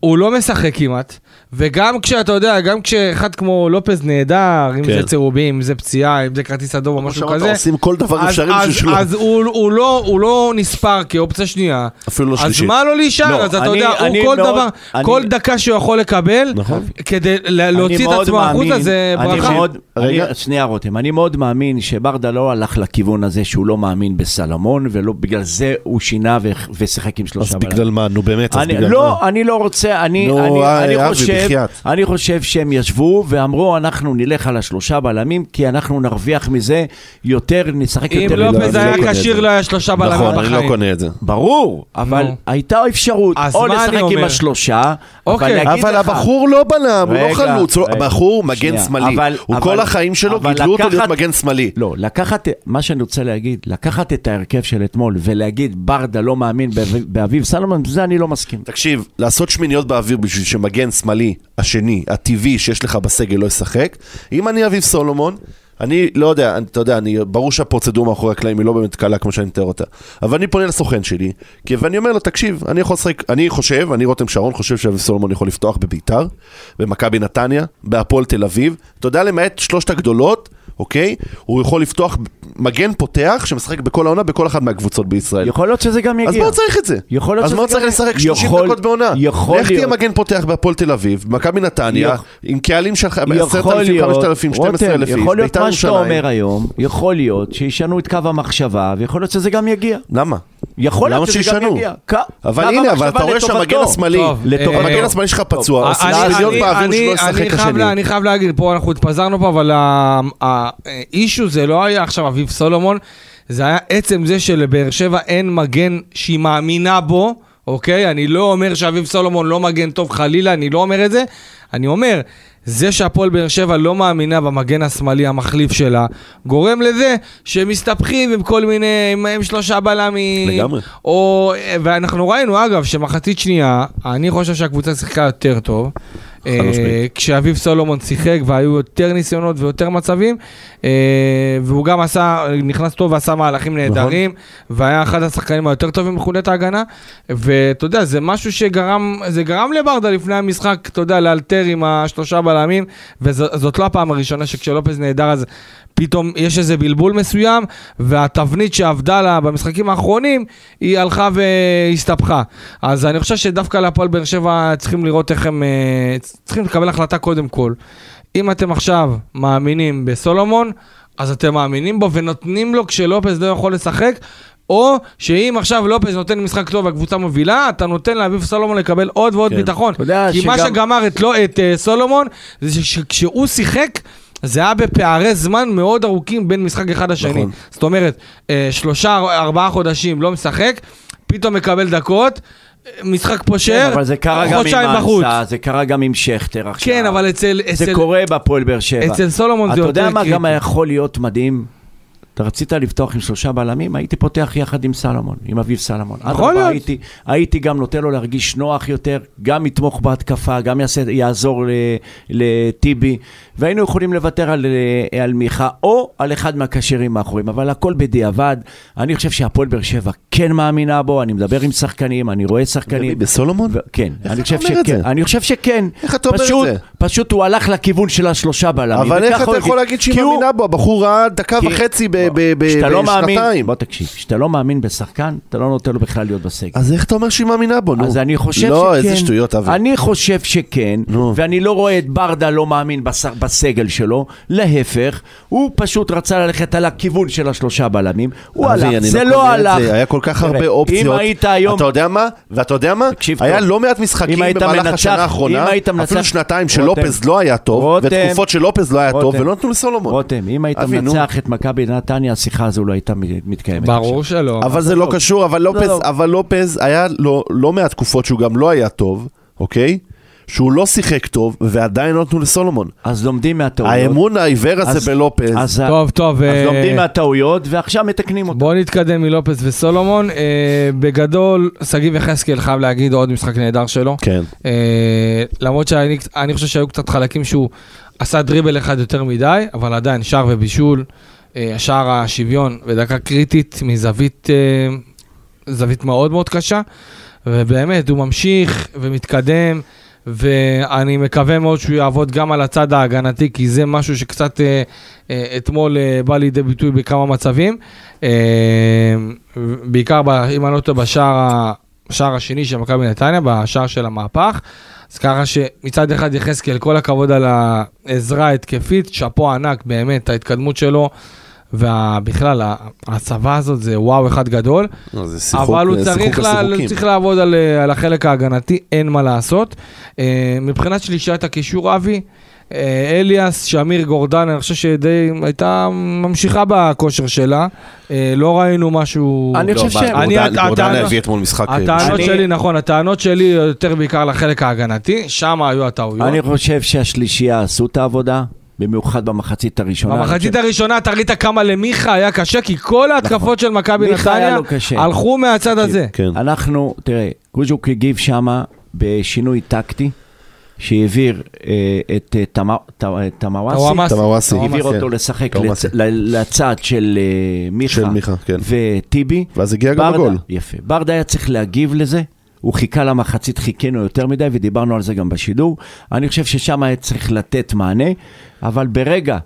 Speaker 2: הוא לא משחק כמעט, וגם כשאתה יודע, גם כשאחד כמו לופז נהדר, אם
Speaker 4: כן.
Speaker 2: זה צהובים, אם זה פציעה, אם זה כרטיס אדום או משהו
Speaker 4: שאמרת,
Speaker 2: כזה,
Speaker 4: עושים כל דבר
Speaker 2: אז,
Speaker 4: אפשרי
Speaker 2: אז,
Speaker 4: בשביל שלו.
Speaker 2: אז הוא, הוא, לא, הוא לא נספר כאופציה שנייה.
Speaker 4: אפילו לא
Speaker 2: אז
Speaker 4: שלישית.
Speaker 2: מה לו להישאר?
Speaker 3: לא,
Speaker 2: אז אתה
Speaker 3: אני-
Speaker 2: יודע,
Speaker 3: אני
Speaker 2: הוא כל
Speaker 3: מאוד-
Speaker 2: דבר,
Speaker 3: אני-
Speaker 2: כל דקה שהוא יכול לקבל,
Speaker 4: נכון.
Speaker 2: כדי לה-
Speaker 3: אני
Speaker 2: להוציא את
Speaker 3: מאוד
Speaker 2: עצמו
Speaker 3: מאמין-
Speaker 2: החוצה זה ברכה.
Speaker 3: אני מאוד,
Speaker 4: רגע.
Speaker 3: אני, שנייה רותם, אני מאוד מאמין שברדה לא הלך לכיוון הזה שהוא לא מאמין בסלמון, ולא בגלל זה הוא שינה ו- ושיחק עם
Speaker 4: אז
Speaker 3: שלושה בלמים.
Speaker 4: בגלל מה? נו באמת, אז
Speaker 3: אני,
Speaker 4: בגלל
Speaker 3: לא,
Speaker 4: מה?
Speaker 3: אני לא רוצה, אני,
Speaker 4: נו,
Speaker 3: אני,
Speaker 4: אה,
Speaker 3: אני,
Speaker 4: אבי,
Speaker 3: חושב,
Speaker 4: בחייאת.
Speaker 3: אני חושב שהם ישבו ואמרו, אנחנו נלך על השלושה בלמים, כי אנחנו נרוויח מזה יותר, נשחק
Speaker 2: אם
Speaker 3: יותר.
Speaker 2: לופז
Speaker 4: לא
Speaker 2: היה
Speaker 4: קונה את
Speaker 2: כשיר
Speaker 4: זה.
Speaker 2: לא היה שלושה בלמים
Speaker 4: נכון, אני לא
Speaker 2: בחיים.
Speaker 4: קונה את זה.
Speaker 3: ברור, אבל
Speaker 2: נו.
Speaker 3: הייתה אפשרות
Speaker 2: אז
Speaker 3: או
Speaker 2: מה אני
Speaker 3: לשחק עם
Speaker 2: אומר?
Speaker 3: השלושה,
Speaker 2: אוקיי.
Speaker 3: אבל להגיד
Speaker 4: אבל
Speaker 3: לך...
Speaker 4: הבחור לא בלם, הוא לא
Speaker 3: רגע,
Speaker 4: חלוץ, הוא-
Speaker 3: רגע.
Speaker 4: הבחור מגן
Speaker 3: שנייה,
Speaker 4: שמאלי.
Speaker 3: אבל-
Speaker 4: הוא
Speaker 3: אבל-
Speaker 4: כל החיים שלו
Speaker 3: אבל
Speaker 4: גידלו אותו להיות
Speaker 3: לקחת-
Speaker 4: מגן שמאלי.
Speaker 3: לא, לקחת, מה שאני רוצה להגיד, לקחת את ההרכב של אתמול ולהגיד ברדה לא מאמין באביב- באביב סלומון, זה אני לא מסכים.
Speaker 4: תקשיב, לעשות שמיניות באוויר בשביל שמגן שמאלי, השני, הטבעי שיש לך בסגל לא ישחק. אם אני אביב סולומון, אני לא יודע, אני- אתה יודע, אני, ברור שהפרוצדורה מאחורי הקלעים היא לא באמת קלה כמו שאני מתאר אותה. אבל אני פונה לסוכן שלי, כי, ואני אומר לו, תקשיב, אני יכול לשחק, אני חושב, אני רותם שרון חושב שאביב סולומון יכול לפתוח בביתר, במכבי נתניה, בהפועל תל אביב. אתה יודע, למעט שלושת הגדולות, אוקיי? הוא יכול לפתוח מגן פותח שמשחק בכל העונה בכל אחת מהקבוצות בישראל.
Speaker 3: יכול להיות שזה גם
Speaker 4: אז
Speaker 3: יגיע.
Speaker 4: מה צריך את זה?
Speaker 3: יכול להיות
Speaker 4: אז
Speaker 3: שזה
Speaker 4: מה
Speaker 3: גם
Speaker 4: צריך
Speaker 3: יהיה.
Speaker 4: לשחק 30
Speaker 3: יכול-
Speaker 4: דקות בעונה?
Speaker 3: יכול
Speaker 4: לך תהיה
Speaker 3: להיות.
Speaker 4: מגן פותח בהפועל תל אביב, מכבי נתניה,
Speaker 3: יכול-
Speaker 4: עם קהלים של ח-
Speaker 3: יכול
Speaker 4: 10,000,
Speaker 3: להיות-
Speaker 4: 5,000,
Speaker 3: רותם,
Speaker 4: 12,000,
Speaker 3: יכול להיות
Speaker 4: בית"ר
Speaker 3: מה שאתה
Speaker 4: ירושלים.
Speaker 3: אומר היום, יכול להיות שישנו את קו המחשבה, ויכול להיות שזה גם יגיע.
Speaker 4: למה?
Speaker 3: יכול להיות
Speaker 4: למה
Speaker 3: שזה גם
Speaker 4: שישנו?
Speaker 3: יגיע. ק-
Speaker 4: אבל
Speaker 3: קו
Speaker 4: הנה, אבל
Speaker 3: המחשבה
Speaker 4: אתה רואה
Speaker 3: לטובתו.
Speaker 4: שהמגן השמאלי,
Speaker 2: טוב,
Speaker 3: לטובתו. אה,
Speaker 4: המגן השמאלי שלך פצוע,
Speaker 2: אני-
Speaker 4: אז זה מיליון
Speaker 2: אני-
Speaker 4: באוויר
Speaker 2: אני-
Speaker 4: שלא
Speaker 2: אני
Speaker 4: ישחק
Speaker 2: חייב
Speaker 4: השני.
Speaker 2: לה- אני חייב להגיד, פה אנחנו התפזרנו פה, אבל ה- ה- האישו זה לא היה עכשיו אביב סולומון, זה היה עצם זה שלבאר שבע אין מגן שהיא מאמינה בו, אוקיי? אני לא אומר שאביב סולומון לא מגן טוב חלילה, אני לא אומר את זה. אני אומר, זה שהפועל באר שבע לא מאמינה במגן השמאלי המחליף שלה, גורם לזה שמסתבכים עם כל מיני, עם, עם שלושה בלמים.
Speaker 4: לגמרי.
Speaker 2: או, ואנחנו ראינו, אגב, שמחצית שנייה, אני חושב שהקבוצה שיחקה יותר טוב. אה, כשאביב סולומון שיחק והיו יותר ניסיונות ויותר מצבים, אה, והוא גם עשה, נכנס טוב ועשה מהלכים נהדרים, והיה אחד השחקנים היותר טובים בחוליית ההגנה, ואתה יודע, זה משהו שגרם, זה גרם לברדה לפני המשחק, אתה יודע, לאלתר עם השלושה בלמים, וזאת לא הפעם הראשונה שכשלופז נהדר אז פתאום יש איזה בלבול מסוים, והתבנית שעבדה לה במשחקים האחרונים, היא הלכה והסתבכה. אז אני חושב שדווקא להפועל באר שבע צריכים לראות איך הם... אה, צריכים לקבל החלטה קודם כל. אם אתם עכשיו מאמינים בסולומון, אז אתם מאמינים בו ונותנים לו כשלופז לא יכול לשחק. או שאם עכשיו לופז נותן משחק טוב והקבוצה מובילה, אתה נותן לאביב סולומון לקבל עוד ועוד
Speaker 4: כן.
Speaker 2: ביטחון.
Speaker 3: אתה יודע
Speaker 2: כי מה
Speaker 3: שגם-
Speaker 2: שגמר את, לא, את אה, סולומון, זה שכשהוא שיחק, זה היה בפערי זמן מאוד ארוכים בין משחק אחד לשני.
Speaker 4: נכון.
Speaker 2: זאת אומרת, אה, שלושה, ארבעה חודשים לא משחק, פתאום מקבל דקות, אה, משחק
Speaker 3: כן,
Speaker 2: פושר,
Speaker 3: אבל זה קרה גם
Speaker 2: חודשיים
Speaker 3: עם
Speaker 2: בחוץ.
Speaker 3: אנסה, זה קרה גם עם שכטר עכשיו.
Speaker 2: כן, אבל אצל...
Speaker 3: זה
Speaker 2: אצל-
Speaker 3: קורה בהפועל באר שבע.
Speaker 2: אצל סולומון זה
Speaker 3: אתה
Speaker 2: יותר
Speaker 3: יודע מה
Speaker 2: קריטי.
Speaker 3: גם יכול להיות מדהים? אתה רצית לפתוח עם שלושה בלמים, הייתי פותח יחד עם סלומון, עם אביב סלומון.
Speaker 2: יכול
Speaker 3: אדרבה,
Speaker 2: להיות.
Speaker 3: הייתי, הייתי גם נותן לו להרגיש נוח יותר, גם יתמוך בהתקפה, גם יעשה, יעזור ל- לטיבי, והיינו יכולים לוותר על, אה, על מיכה או על אחד מהקשרים האחורים, אבל הכל בדיעבד. אני חושב שהפועל באר שבע כן מאמינה בו, אני מדבר עם שחקנים, אני רואה שחקנים.
Speaker 4: בסולומון?
Speaker 3: ו- כן,
Speaker 4: איך
Speaker 3: אני
Speaker 4: אתה
Speaker 3: חושב
Speaker 4: אומר את
Speaker 3: שכן,
Speaker 4: זה?
Speaker 3: אני חושב שכן.
Speaker 4: איך אתה אומר את
Speaker 3: פשוט-
Speaker 4: זה?
Speaker 3: פשוט הוא הלך לכיוון של השלושה בלמים.
Speaker 4: אבל
Speaker 3: וככה
Speaker 4: איך
Speaker 3: הוא
Speaker 4: אתה
Speaker 3: הגיב.
Speaker 4: יכול להגיד שהיא
Speaker 3: כי הוא-
Speaker 4: מאמינה בו? הבחור ראה דקה
Speaker 3: כי-
Speaker 4: וחצי ב- ב- ב-
Speaker 3: כשאתה לא מאמין-
Speaker 4: בשנתיים.
Speaker 3: בוא תקשיב, כשאתה לא מאמין בשחקן, אתה לא נותן לו בכלל להיות בסגל.
Speaker 4: אז איך אתה אומר שהיא מאמינה בו? נו.
Speaker 3: אז אני חושב שכן.
Speaker 4: לא, איזה שטויות, אבי.
Speaker 3: אני חושב שכן,
Speaker 4: נו.
Speaker 3: ואני לא רואה את ברדה לא מאמין בס- בסגל שלו, להפך, הוא פשוט רצה ללכת על הכיוון של השלושה בלמים, הוא
Speaker 4: אבי,
Speaker 3: הלך,
Speaker 4: אני
Speaker 3: זה
Speaker 4: קונה
Speaker 3: לא
Speaker 4: את
Speaker 3: הלך.
Speaker 4: זה, היה כל כך
Speaker 3: תראה,
Speaker 4: הרבה אופציות.
Speaker 3: אם היית היום
Speaker 4: אתה יודע מה? ואתה יודע מה?
Speaker 3: תקשיב
Speaker 4: היה
Speaker 3: טוב.
Speaker 4: לא מעט
Speaker 3: אם
Speaker 4: משחקים
Speaker 3: היית
Speaker 4: במהלך
Speaker 3: מנצח-
Speaker 4: השנה האחרונה,
Speaker 3: אם היית מנצח-
Speaker 4: אפילו שנתיים
Speaker 3: רותם.
Speaker 4: שלופז לא היה טוב,
Speaker 3: רותם.
Speaker 4: ותקופות שלופז לא היה טוב,
Speaker 3: רותם.
Speaker 4: ולא נתנו לסולומון.
Speaker 3: רותם, אם היית
Speaker 4: אבי, נו.
Speaker 3: מנצח את מכבי נתניה, השיחה הזו לא הייתה מתקיימת.
Speaker 2: ברור שלא.
Speaker 4: אבל זה לא קשור, אבל לופז,
Speaker 3: לא.
Speaker 4: אבל לופז היה לו לא מעט תקופות שהוא גם לא היה טוב, אוקיי? שהוא לא שיחק טוב, ועדיין לא נתנו לסולומון.
Speaker 3: אז לומדים מהטעויות.
Speaker 4: האמון העיוור הזה בלופז.
Speaker 3: אז, טוב,
Speaker 2: טוב, טוב.
Speaker 3: אז
Speaker 2: אה,
Speaker 3: לומדים מהטעויות, ועכשיו מתקנים אותם.
Speaker 2: בואו נתקדם מלופס וסולומון. אה, בגדול, שגיב יחזקאל חייב להגיד עוד משחק נהדר שלו.
Speaker 4: כן.
Speaker 2: אה, למרות שאני אני חושב שהיו קצת חלקים שהוא עשה דריבל אחד יותר מדי, אבל עדיין שער ובישול, אה, השער השוויון בדקה קריטית מזווית אה, זווית מאוד מאוד קשה, ובאמת הוא ממשיך ומתקדם. ואני מקווה מאוד שהוא יעבוד גם על הצד ההגנתי, כי זה משהו שקצת אה, אה, אתמול אה, בא לידי ביטוי בכמה מצבים. אה, בעיקר, ב, אם אני לא טועה, בשער ה- השער השני של מכבי נתניה, בשער של המהפך. אז ככה שמצד אחד יחזקאל, כל הכבוד על העזרה ההתקפית, שאפו ענק באמת, ההתקדמות שלו, ובכלל, ההצבה הזאת זה וואו אחד גדול.
Speaker 4: זה שיחוק,
Speaker 2: אבל הוא
Speaker 4: זה
Speaker 2: צריך,
Speaker 4: שיחוק
Speaker 2: לה,
Speaker 4: לסירוקים.
Speaker 2: צריך לעבוד על, אה, על החלק ההגנתי, אין מה לעשות. אה, מבחינת שלישיית הקישור, אבי, אה, אליאס, שמיר, גורדן, אני חושב שדי הייתה ממשיכה בכושר שלה. אה, לא ראינו משהו...
Speaker 3: אני
Speaker 4: לא,
Speaker 3: חושב ש-
Speaker 4: מה,
Speaker 2: אני-
Speaker 4: גורדן- גורדן
Speaker 2: הטענות-
Speaker 4: הביא אתמול משחק... אה,
Speaker 2: הטענות
Speaker 3: אני-
Speaker 2: שלי, נכון, הטענות שלי יותר בעיקר לחלק ההגנתי, שם היו הטעויות.
Speaker 3: אני חושב שהשלישייה עשו את העבודה, במיוחד במחצית הראשונה.
Speaker 2: במחצית
Speaker 3: אני
Speaker 2: הראשונה אתה ראית כמה למיכה היה קשה, כי כל ההתקפות של מכבי
Speaker 3: נכון. מיכה היה
Speaker 2: נתניה
Speaker 3: לו קשה.
Speaker 2: הלכו מהצד הזה.
Speaker 4: כן.
Speaker 3: חושב- אנחנו, תראה, גוז'וק הגיב שמה בשינוי טקטי, שהעביר אה, את אה, תמ- ת- אה, תמוואסי,
Speaker 2: טוואמאסי.
Speaker 4: טוואמאסי.
Speaker 3: העביר
Speaker 4: כן.
Speaker 3: אותו לשחק
Speaker 4: תמוואסי.
Speaker 3: לצ- ל- לצד של אה,
Speaker 4: של
Speaker 3: מיכה
Speaker 4: מיכה, כן.
Speaker 3: וטיבי.
Speaker 4: ואז הגיע גם
Speaker 3: ברדה-
Speaker 4: הגול.
Speaker 3: יפה. ברדה היה צריך להגיב לזה. הוא חיכה למחצית, חיכינו יותר מדי, ודיברנו על זה גם בשידור. אני חושב ששם היה צריך לתת מענה, אבל ברגע